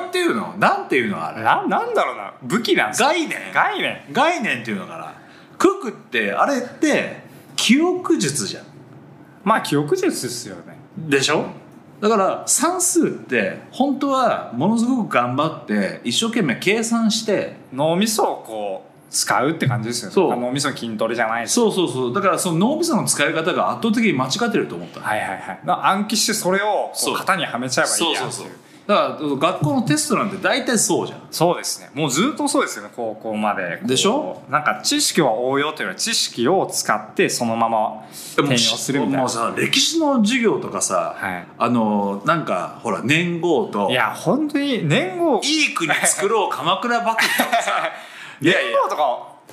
法っていうの、なんていうのあれななんだろうな武器なんですか概念概念概念っていうのかなククって、あれって、記憶術じゃん。まあ記憶術ですよねでしょだから、算数って、本当はものすごく頑張って、一生懸命計算して、脳みそをこう使うって感じですよねそう脳みその筋トレじゃないしそうそうそう。だから、その脳みその使い方が圧倒的に間違ってると思った。はいはいはいな暗記してそれをこそうう型にはめちゃえばいいやっていうそうそうだから学校のテストなんて大体そうじゃんそうですねもうずっとそうですよね高校までこうでしょなんか知識は応用というよりは知識を使ってそのまま転用するみたいもなうさ歴史の授業とかさ、はいあのなんかほら年号といや本当に年号いい国作ろう鎌倉幕府 (laughs) とかさいやい年号とか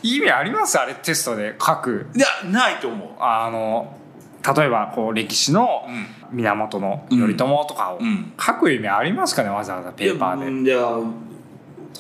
意味ありますあれテストで書くやいやないと思うあの例えばこう歴史の源の頼朝とかをうん書く意味ありますかねわざわざペーパーでいやいや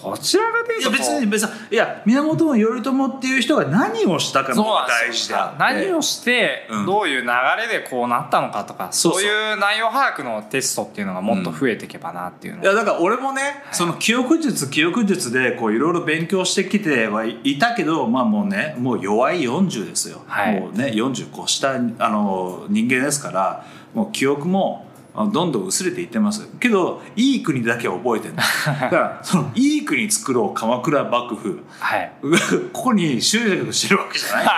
どちらがといういとや別に別にいや源頼朝っていう人が何をしたかそうもなん大です事よだ何をしてうんどういう流れでこうなったのかとか、そうそそうういう内容把握のテストっていうのがもっと増えていけばなっていうのいやだから俺もね、その記憶術記憶術でこういろいろ勉強してきてはいたけどまあもうねもう弱い40ですよ、はいもうね40越したあの人間ですからもう記憶もあどんどん薄れていってますけどいい国だけは覚え (laughs) てるだからそのいい国作ろう鎌倉幕府はい (laughs) ここに集約してるわけじゃないんだ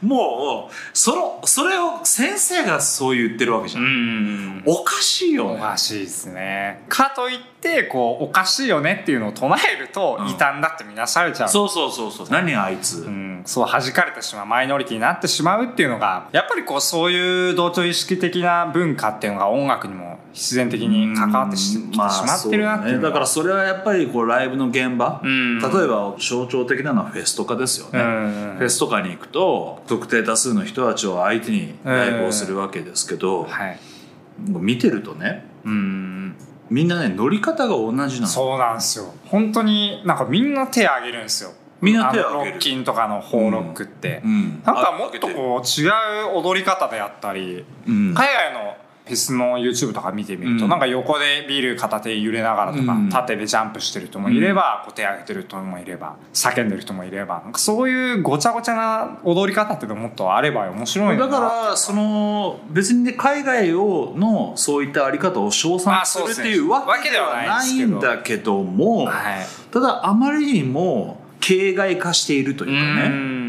けどもうそのそれを先生がそう言ってるわけじゃうない、んおかしいよおねかしいですねかといってこうおかしいよねっていうのを唱えるとうん異端だってみなされちゃう、そうそうそうそう何あいつ、うん、そう弾かれてしまうマイノリティになってしまうっていうのがやっぱりこうそういう同調意識的な文化っていうのが音楽にも必然的に関わってし,、まあしまってるなっていそううのねだからがそれはやっぱりこうライブの現場、うん例えば象徴的なのはフェスとかですよね、うんフェスとかに行くと特定多数の人たちを相手にライブをするわけですけど、はいもう見てるとねうんみんなね乗り方が同じなのそうなんですよ本当になんかみんな手挙げるんですよみんな手挙げるあのロッキンとかのホーロックって、うんなんかもっとこう違う踊り方であったりうん海外のフェスの YouTube とか見てみると、うんなんか横でビール片手で揺れながらとか、うん縦でジャンプしてる人もいれば、こう手上げてる人もいれば叫んでる人もいればなんかそういうごちゃごちゃな踊り方っていうのもっとあれば面白いのだなからその別にね海外をのそういったあり方を称賛あすそうるでっすてねいうわけではわけないではないんですんけどだけども、はいただあまりにも形骸化しているといううかね、ん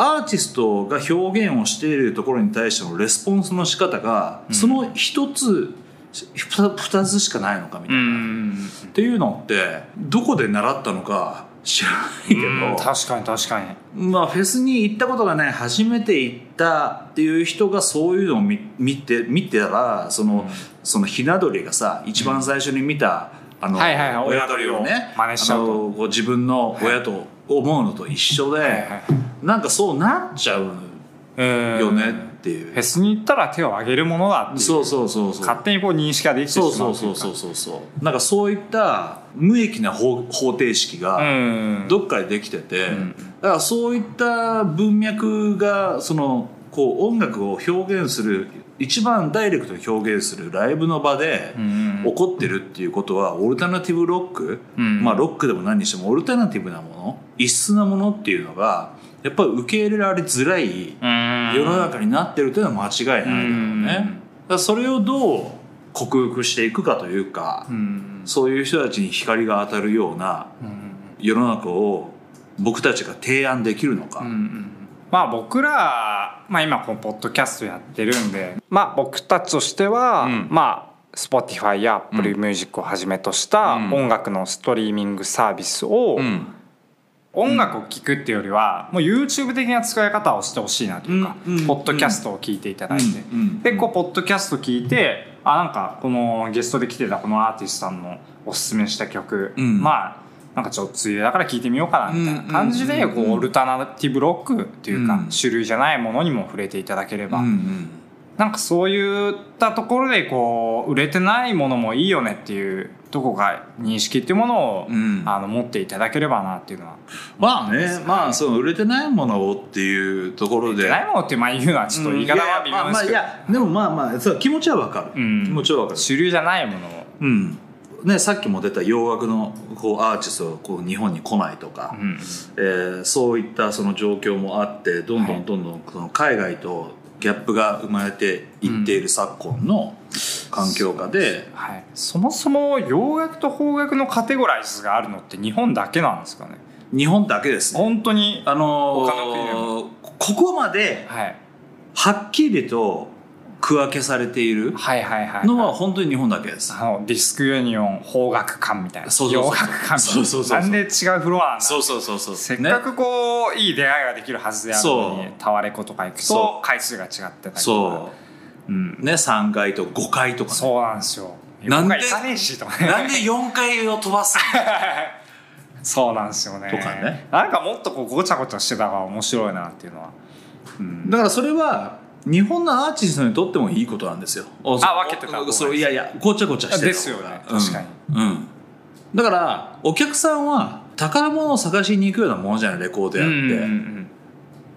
アーティストが表現をしているところに対してのレスポンスの仕方が、その一つ二二つしかないのかみたういな、んっていうのってどこで習ったのか知らないけど、確かに確かにまあフェスに行ったことがない初めて行ったっていう人がそういうのを見見て見てたらその,、そのひな鳥がさ一番最初に見た、あのはいはいはい親鳥をね真似しちゃうとあのこう自分の親と思うのと一緒で、いはいなんかそうなっちゃううんよねっていう、フェスに行ったら手を挙げるものだっていうそうそうそうそう勝手にこう認識ができてしまそううそとういそううかそうそうそうなんかそういった無益な方方程式が、うんどっかでできてて、んだからそういった文脈がそのこう音楽を表現する一番ダイレクトに表現するライブの場でん起こってるっていうことはオルタナティブロック、うんまあロックでも何にしてもオルタナティブなもの異質なものっていうのがやっぱり受け入れられづらいうん世の中になってるというのは間違いないだろうね。うんだからそれをどう克服していくかというか、うんそういう人たちに光が当たるようなうん世の中を僕たちが提案できるのか、うんうんまあ僕ら、まあ、今このポッドキャストやってるんで、まあ、僕たちとしては、うんまあ Spotify や Apple Music をはじめとしたうん音楽のストリーミングサービスを、うん音楽を聴くっていうよりはもう YouTube 的な使い方をしてほしいなというか、うんうんポッドキャストを聞いていただいて、うんうんでこうポッドキャスト聞いてあなんかこのゲストで来てたこのアーティストさんのおすすめした曲、うんまあなんかちょっと梅雨だから聞いてみようかなみたいな感じでうんうんこうんうオルタナティブロックっていうか、うん種類じゃないものにも触れていただければ、うんうんなんかそういったところでこう売れてないものもいいよねっていうどこか認識っていうものを、うんあの持っていただければなっていうのはまあねまあその売れてないものをっていうところでないものってまあ言うのはちょっと言い方は微妙ですけいど、やいやまあまあいやでもまあまあそう気持ちはわかうる、ん気持ちはわかる主流じゃないものを、うんね、さっきも出た洋楽のこうアーティストがこう日本に来ないとか、うんえーそういったその状況もあってどんどはんいどんどんその海外とギャップが生まれていっている昨今の環境下で、はい、そもそも洋楽と邦楽のカテゴライズがあるのって日本だけなんですかね日本だけですね本当にあのー他の国でここまではいはっきりと区分けされているはいはいはいのは本当に日本だけです。あのディスクユニオン邦楽館みたいなそうそうそう洋楽館みたいなそうそうそうそうなんで違うフロアなんだそうそうそうそう。せっねかくこう、いい出会いができるはずであるのそにタワレコとか行くそと回数が違ってたりとか、そうん、う。ね、3回と5回とか、ね。そうなんですよなんで僕が行かねえしとかねなんで4回を飛ばすのそうなんですよねとかねなんかもっとこうごちゃごちゃしてたから面白いなっていうのは、うん、 (laughs) だからそれは、日本のアーティストにとってもいいことなんですよ。あ分けてた方がいいそういやいや、ごちゃごちゃしてた方がですよね確かに。うん。うんだから、お客さんは宝物を探しに行くようなものじゃない、レコードやって。うんうんうん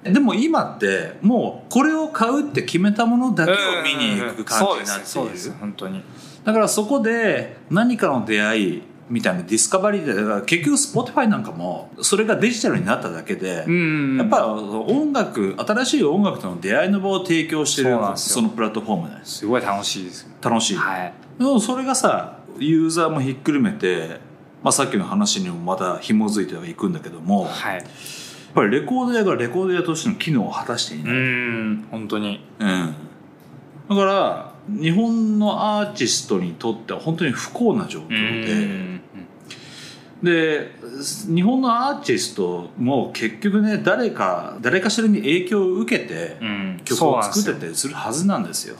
でも今ってもうこれを買うって決めたものだけを見に行く感じになっそうてですそうでいする本当にだからそこで何かの出会いみたいなディスカバリーでだから結局 Spotify なんかもそれがデジタルになっただけで、んやっぱ音楽新しい音楽との出会いの場を提供してるそうなんですよそのプラットフォームなんですすごい楽しいですよ楽しい、はいでもそれがさユーザーもひっくるめて、まあ、さっきの話にもまた紐づいてはいくんだけども、やっはいぱりレコード屋がレコード屋としての機能を果たしていない、うん本当にうん、だから日本のアーティストにとっては本当に不幸な状況で、で日本のアーティストも結局ね誰か誰かしらに影響を受けてうん曲を作ってたりするはずなんですよ。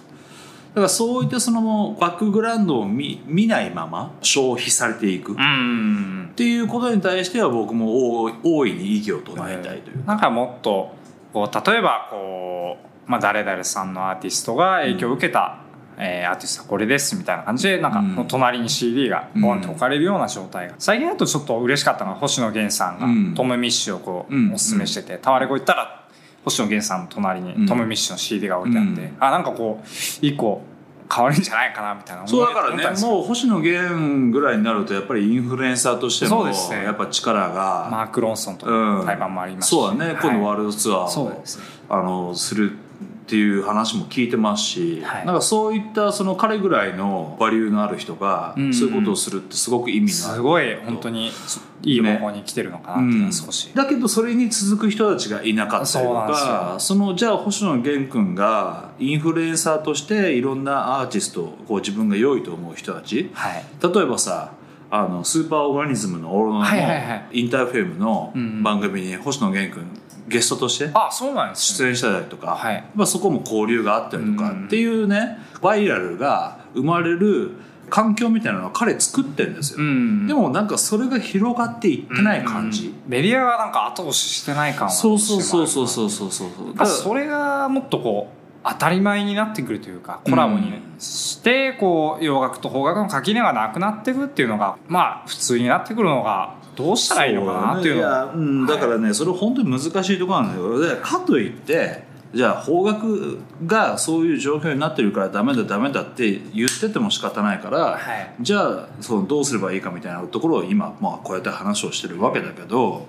だからそういったそのバックグラウンドを見見ないまま消費されていくっうんていうことに対しては僕も大大いに異議を唱えたいというなんかもっとこう例えばこう、まあ、誰々さんのアーティストが影響を受けた、えーアーティストはこれですみたいな感じでなんかうんの隣に CD がボンと置かれるような状態が、最近だとちょっと嬉しかったのが星野源さんが、うんトム・ミッシュをこう、うんおすすめしててタワレコ行ったら星野源さんの隣にトム・ミッシュの CD が置いてあって、うんあなんかこう一個変わるんじゃないかなみたいなそうだ思えか思ったんらでねすよもう星野源ぐらいになるとやっぱりインフルエンサーとしてそもうですねやっぱ力が、マーク・ロンソンとうん対バンもありますし、そうだね、はい今度ワールドツアーそうをですねあのするっていう話も聞いてますし、はいなんかそういったその彼ぐらいのバリューのある人がうんうんそういうことをするってすごく意味のあする、ごい本当にいい方向に来てるのかなっていうのは少し、だけどそれに続く人たちがいなかったりそとうなんかそのじゃあ星野源君がインフルエンサーとしていろんなアーティストをこう自分が良いと思う人たちはい例えばさあのスーパーオーガニズムの「オールナはいイはトいはいのインターフェームの番組に星野源君ゲストとしてあそうなんです出ね演したりとか、はいやっぱそこも交流があったりとかうんっていうねバイラルが生まれる環境みたいなのを彼作ってるんですよ、んでもなんかそれが広がっていってない感じ、メディアがなんか後押ししてない感はそうそうそうそううそうそうそうそれがもっとこう当たり前になってくるというかコラボにねうんしてこう洋楽と邦楽の垣根がなくなっていくっていうのがまあ普通になってくるのがどうしたらいいのかなっていうのそはだねやうん、だからね、それ本当に難しいところなんだけどでかといってじゃあ方角がそういう状況になってるからダメだダメだって言ってても仕方ないから、はいじゃあそのどうすればいいかみたいなところを今、まあ、こうやって話をしてるわけだけど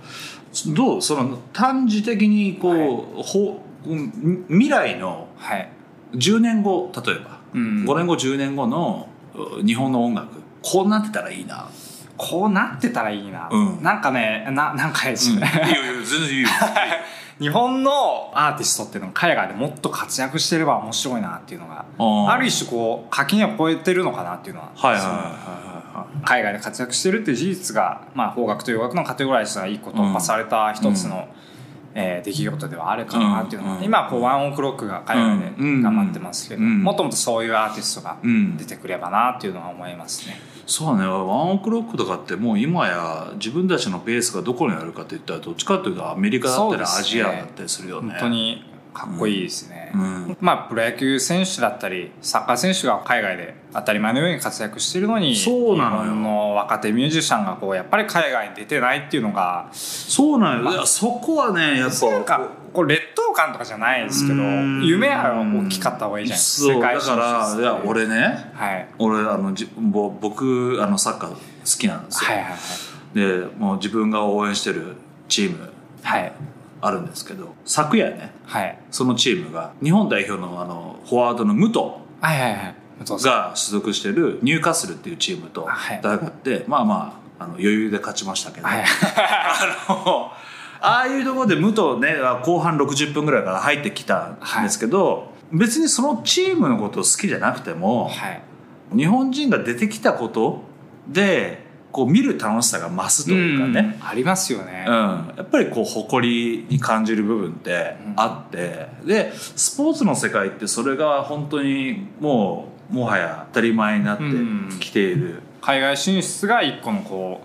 どうその短時的にこう、はいほうん未来のはい10年後例えば、うん5年後10年後のう日本の音楽こうなってたらいいな。こうなってたらいいな、うんなんかねななんかですいね、やいや全然いいよ。日本のアーティストっていうのが海外でもっと活躍してれば面白いなっていうのがあーある一種こう垣根を越えてるのかなっていうのは、はいはいそはいのは海外で活躍してるっていう事実が、まあ、邦楽と洋楽のカテゴライズがいいことをうん突破された一つの、えー出来事ではあるかなっていうのは、うんうん今はこうワンオクロックが海外でうん頑張ってますけど、うんもっともっとそういうアーティストがい。うん出、てくればなっていうのは思いますね。そうだねワンオクロックとかってもう今や自分たちのベースがどこにあるかっていったらどっちかっていうとアメリカだったりそうアですジねアだったりするよね本当にかっこいいですね。うんまあ、プロ野球選手だったりサッカー選手が海外で当たり前のように活躍してるのにそうなのよ日本の若手ミュージシャンがこうやっぱり海外に出てないっていうのがそうなんよ、いやそこはねやっぱなんかこう劣等感とかじゃないですけどうん夢は大きかった方がいいじゃないですかそうだ進出からいや俺ねはい俺あのじぼ僕あのサッカー好きなんですよ、はいはいはいでもう自分が応援してるチームはいあるんですけど昨夜ねはいそのチームが日本代表のあのフォワードの武藤はいはいはい武藤さんが所属してるニューカッスルっていうチームとはい戦って、まあまああの余裕で勝ちましたけど、はい (laughs) あのああいうところで武藤ね後半60分ぐらいから入ってきたんですけど、別にそのチームのことを好きじゃなくても、はい日本人が出てきたことでこう見る楽しさが増すというかね、うんありますよねうん、やっぱりこう誇りに感じる部分ってあって、でスポーツの世界ってそれが本当にもうもはや当たり前になってきている、海外進出が一個のこ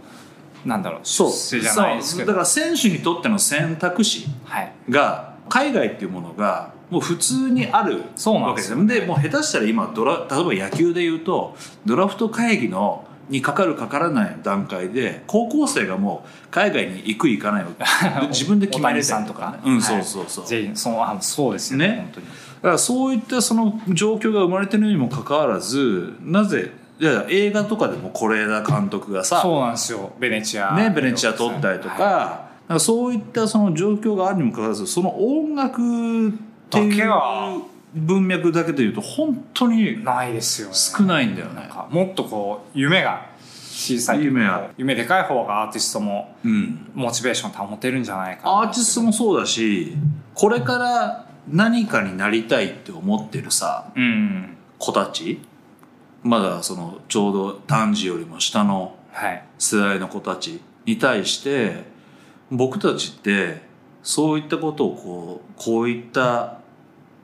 うなんだろう出世じゃないですけだどから選手にとっての選択肢はいが海外っていうものがもう普通にあるそうなわんけでですすよよでもう下手したら今ドラ例えば野球で言うとドラフト会議のにかかるかからない段階で高校生がもう海外に行く行かないを (laughs) 自分で決め大る谷さんとかうん、はいそうそうそうだぜひそのあそうですよねね本当にからそういったその状況が生まれてるにもかかわらずなぜいや映画とかでも是枝監督がさそうなんですよベネチアね、ベネチア取ったりとか,、なんかそういったその状況があるにもかかわらずその音楽ってだいけうは文脈だけでいうと本当にないですよね少ないんだよねなん。かもっとこう夢が小さい夢は夢でかい方がアーティストもうん、モチベーション保てるんじゃないかなアーティストもそうだしこれから何かになりたいって思ってるさうん子たちまだそのちょうど短時よりも下のはい世代の子たちに対して僕たちってそういったことをこうこういった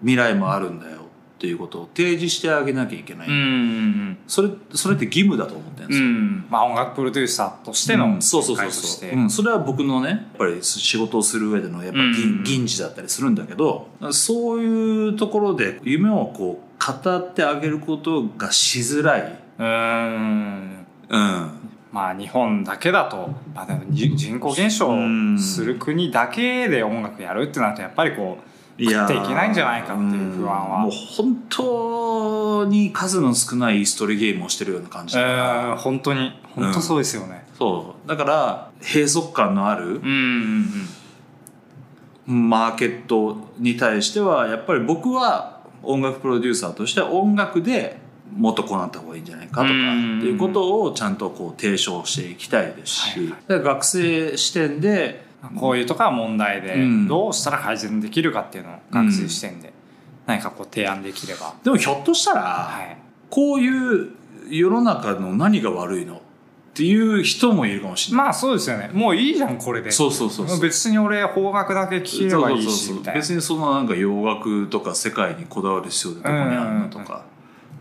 未来もあるんだよっていうことを提示してあげなきゃいけない、うんうんそれそれって義務だと思ってるんうですよ、んまあ音楽プロデューサーとしてのうんそうそうそう世界としそてう、うん、それは僕のねやっぱり仕事をする上でのやっぱう銀,、ん銀事だったりするんだけどそういうところで夢をこう語ってあげることがしづらい、うんうん、まあ日本だけだと、まあ、でも人人口減少する国だけで音楽やるってなるとやっぱりこう食っていけないんじゃないかっていう不安んはもう本当に数の少ないイストリゲームをしてるような感じだからうん本当に本当そうですよねそうだから閉塞感のあるうんうんマーケットに対してはやっぱり僕は音楽プロデューサーとして音楽でもっとこうなった方がいいんじゃないかとかってうんいうことをちゃんとこう提唱していきたいですし、はいはだから学生視点でうんこういうとか問題でうんどうしたら改善できるかっていうのを学生視点で何かこう提案できれば、でもひょっとしたら、はい、こういう世の中の何が悪いのっていう人もいるかもしれない。まあそうですよねもういいじゃんこれでそうそうそうそう別に俺邦楽だけ聴ければいいそうそうしそうみたいな別にそのなんか洋楽とか世界にこだわる必要でどこにあるのとか、うん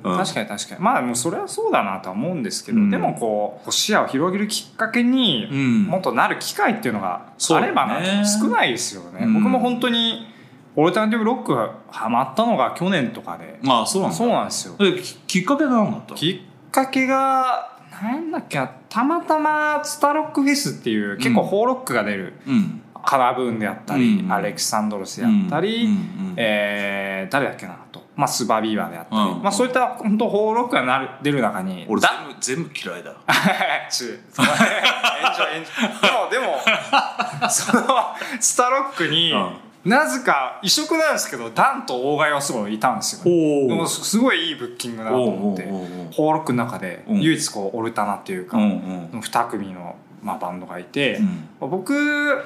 確かに確かにまあもうそれはそうだなとは思うんですけど、うんでもこうこう視野を広げるきっかけにうんもっとなる機会っていうのがそうあだねればなと、少ないですよね、うん僕も本当にオルタナティブロックがハマったのが去年とかで、まあそうなんそうなんですよだえききっかけが何だったのきっかけがなんだっけなたまたまスターロックフェスっていう結構うんホーロックが出る、うんカラブーンであったり、うんアレクサンドロスであったり、うんうんえー誰だっけなあと、まあ、スーパービーバーであったり、うんまあ、そういった本当ホーロックがなる出る中に俺だ全部全部嫌いだ (laughs) ち炎上炎上でも (laughs) でもそのスターロックに、なぜか異色なんですけどダンと大貝はすごいいたんですよ、ね、おでもおすごいいいブッキングだなと思っておうおうおうおうホーロックの中でうん唯一こうオルタナっていううか、んうん2組の、まあ、バンドがいて、うん僕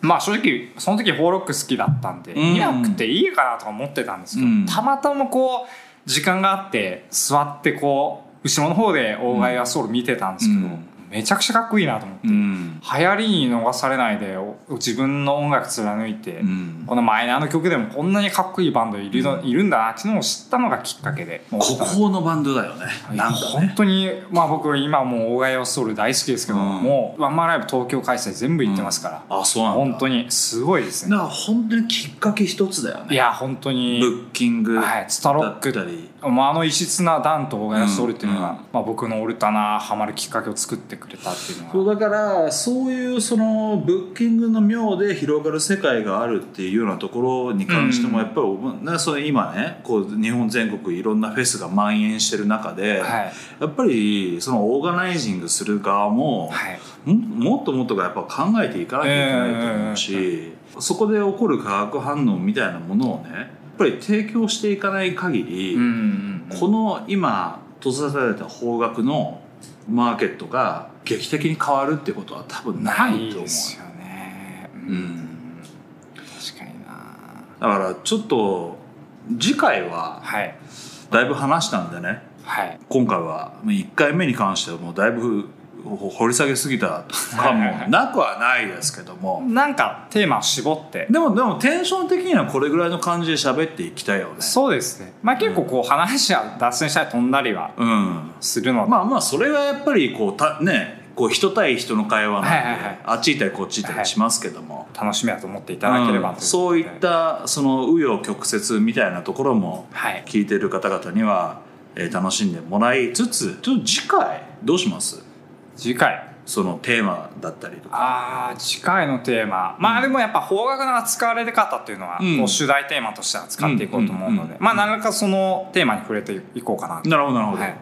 まあ正直その時ホーロック好きだったんで、うん見なくていいかなとか思ってたんですけど、うんたまたまこう時間があって座ってこう後ろの方で大貝やソウル見てたんですけど、うんめちゃくちゃかっこいいなと思って、う流ん行りに逃されないでお自分の音楽貫いて、うんこのマイナーの曲でもこんなにかっこいいバンドいるの、いるんだなっていうのを知ったのがきっかけで孤高のバンドだよねなんか本ね当に、まあ、僕今もう大貝やソウル大好きですけど、うんもうワンマンライブ東京開催全部行ってますから。あそうなんだ本当にすごいですだねから本当にきっかけ一つだよねいや本当ブに、ッキングはい、スタロだッったクりもうあの異質なダンと大林ソウルっていうのが、うんうんまあ、僕のオルタナハマるきっかけを作ってくれたっていうそのうがだからそういうそのブッキングの妙で広がる世界があるっていうようなところに関してもうんやっぱり、なそれ今ねこう日本全国いろんなフェスが蔓延してる中で、はいやっぱりそのオーガナイジングする側も、はいももっともっとがやっぱ考えていかなきゃいけないと思うし、そこで起こる化学反応みたいなものをねやっぱり提供していかない限り、うんうんうんこの今閉ざされた方角のマーケットが劇的に変わるってことは多分ないと思うですよねうん、ん確かになだからちょっと次回ははいだいぶ話したんでねはい今回は1回目に関してはもうだいぶ掘り下げすぎた感もなくはないですけどもなんかテーマを絞ってでもでもテンション的にはこれぐらいの感じで喋っていきたいよねそうですねまあ結構こう話は脱線したり飛んだりはうんするので、まあまあそれはやっぱりこうたねこう人対人の会話なんで、はいはいはいあっち行ったりこっち行ったりしますけども、楽しみだと思っていただければということで、うんそういったその紆余曲折みたいなところもはい聞いてる方々には、えー楽しんでもらいつつちょっと次回どうします次回そのテーマだったりとかあー次回のテーマまあでもやっぱ方角の扱われ方っていうのは、うんこう主題テーマとして扱っていこうと思うので、うんうんうんまあ何らかそのテーマに触れていこうかなとなるほどなるほど、はい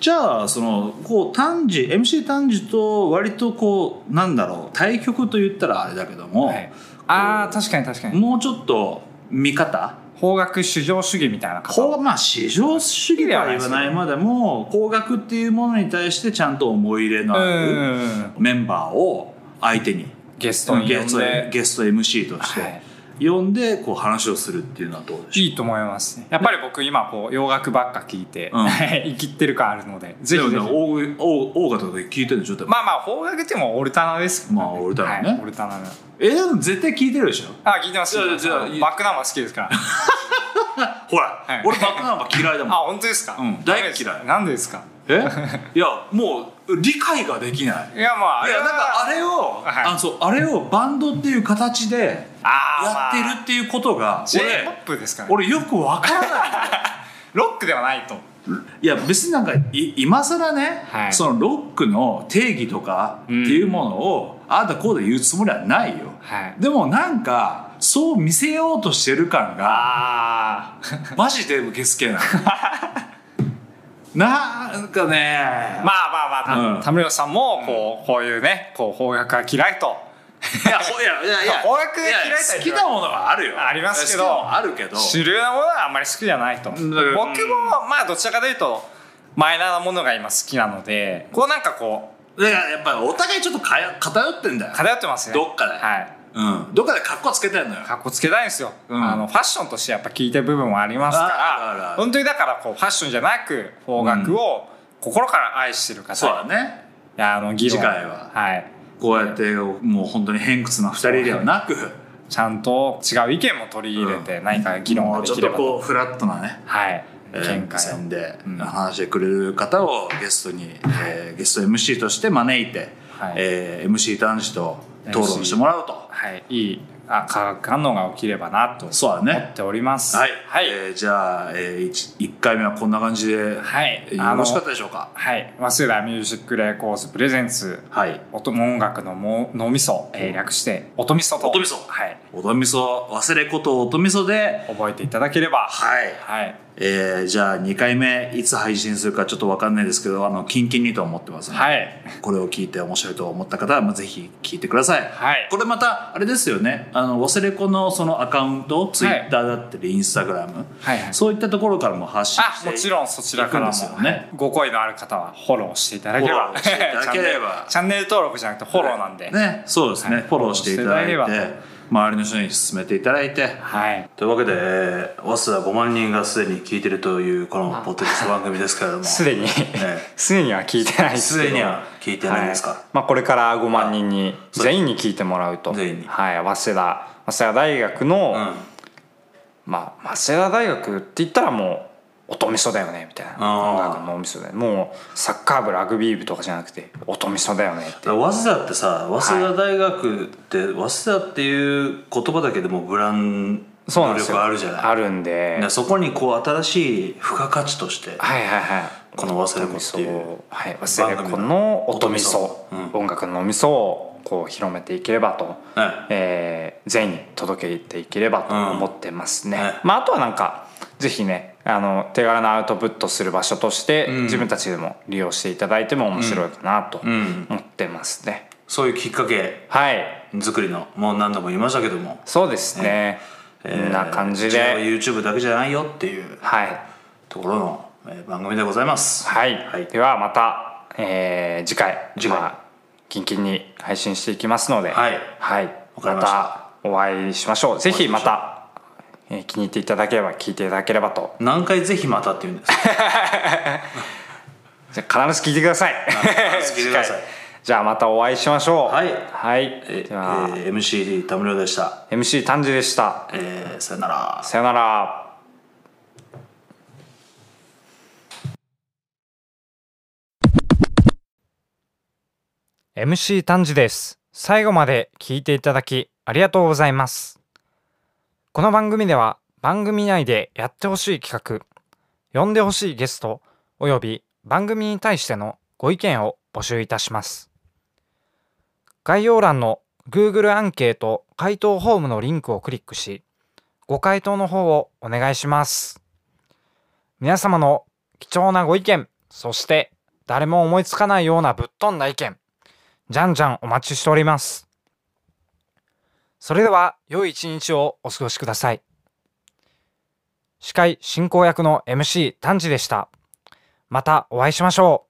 じゃあそのこう単時 MC 単時と割とこうなんだろう対局と言ったらあれだけども、はい、あー確かに確かにもうちょっと見方方角至上主義みたいな方こうまあ市場主義では言わないまでも工学っていうものに対してちゃんと思い入れのうある、んメンバーを相手にゲストに呼ゲんストでゲスト MC として、はい呼んでこう話をするっていうのはどうでしょういいと思いますねやっぱり僕今こう洋楽ばっか聞いて、うん (laughs) 生きってる感あるのでぜひぜひでもね大食い大大方で聞いてるんでしょ、多分まあまあ方角ってもオルタナですけどまあオルタナねはいオルタナのえでも絶対聞いてるでしょあ聞いてますいやいや聞いてじゃあますいいバックナンバー好きです (laughs) からほら、はい俺バックナンバー嫌いだあもん本当ですか、うん大嫌いなんでですかえいやもう理解ができないいやまああいれやはなんかあれを、はいあそうあれをバンドっていう形でやあっーてまあるっていうことが J−POP ですから、ね、俺俺よくわからないロックではないと (laughs) いや別になんかい今更ね、はいそのロックの定義とかっていうものを、ああだこうだ言うつもりはないよ、はいでもなんかそう見せようとしてる (laughs) 感がああマジで受け付けないなんかね、 (laughs) まあまあまあ、うん田村さんもこうこういうねこう方角は嫌いといやほいやいやいや邦楽嫌いだよいや好きなものはあるよありますけど好きなものはあるけど主流なものはあんまり好きじゃないと僕んもまあどちらかというとマイナーなものが今好きなのでこうなんかこうだからやっぱりお互いちょっとかや偏ってんだよ、偏ってますねどっかではいうん、どっかで格好つけてんのよかっこつけたいんですよ、うんあのファッションとしてやっぱ聞いてる部分もありますかああるあるあらる本当にだからこうファッションじゃなく方角を心から愛してる方、そういだねやあの議論次回ははい、こうやってもう本当に偏屈な2人ではなくちゃんと違う意見も取り入れて、うん何か議論もがうでちょっきれとばとこうフラットなねはいえ見ー目解を線でうん話してくれる方をゲストに、えーゲスト MC として招いて、はいえー MC 男子と討論してもらうと、はいいいあ化学反応が起きればなとそうだね思っておりますはい、はい、えーじゃあ、え 1, 回目はこんな感じで、はいえーよろしかったでしょうかはい、早稲田ミュージックレコースプレゼンツはい音音楽のも脳みそ、えー略して音みそと音みそはい、音みそ忘れこと音みそで覚えていただければはいはい、えーじゃあ2回目いつ配信するかちょっと分かんないですけどあのキンキンにと思ってますのではい、これを聞いて面白いと思った方はまあぜひ聞いてください、はいこれまたあれですよねあの忘れ子のそのアカウントツイッターだったりインスタグラム、はいはいそういったところからも発信しあてもちろんそちらからも、いくんですよねご好意のある方はフォローしていただければフォローしていただければ (laughs) チャンネルチャンネル登録じゃなくてフォローなんで、ねそうですね、はいフォローしていただいてフォローしていただけ周りの人に勧めていただいてはいというわけで、えー、早稲田5万人がすでに聞いてるというこのポッドキャスト番組ですけれ (laughs) どもすでにえすでには聞いてないですすけどでには聞いてないですか、はいまあ、これから5万人にそう全員に聞いてもらうと全員にはい、早稲田早稲田大学の、うんまあ、早稲田大学って言ったらもう音みそだよねみたいなあー音楽の脳みそだよねもうサッカー部ラグビー部とかじゃなくて音みそだよねってだから早稲田ってさ早稲田大学って、早稲田っていう言葉だけでもブランそうなドんです力よあるじゃないあるんでだからそこにこう新しい付加価値としてはいはいはいこの早稲田子っていう音味噌はい忘れ子の音みそ音味噌うん音楽の脳みそをこう広めていければと、はいえー全員に届けていければと思ってますね、うんはいまあ、あとはなんかぜひねあの手軽なアウトプットする場所として、うん自分たちでも利用していただいても面白いかなとうん思ってますね、そういうきっかけはい作りのもう何度も言いましたけどもそうですね、こえーんな感じうちはで YouTube だけじゃないよっていうはい、ところの、えー番組でございますはい、はいではまた、えー次回次回まあ、キンキンに配信していきますのではいはい、わかりまましたたお会いしましょうぜひまたえー気に入っていただければ聞いていただければと何回ぜひまたって言うんですかじゃあ必ず聞いてください (laughs) 必ず聞いて (laughs) くださいしっかりじゃあまたお会いしましょうはいはいえでは、えー MCD 田村でした、 MC 丹治でしたえーさよならさよなら「MC 丹治です最後まで聞いていただきありがとうございますこの番組では番組内でやってほしい企画呼んでほしいゲストおよび番組に対してのご意見を募集いたします概要欄の Google アンケート回答フォームのリンクをクリックしご回答の方をお願いします皆様の貴重なご意見そして誰も思いつかないようなぶっ飛んだ意見じゃんじゃんお待ちしております。それでは、良い一日をお過ごしください。司会進行役の MC 丹治でした。またお会いしましょう。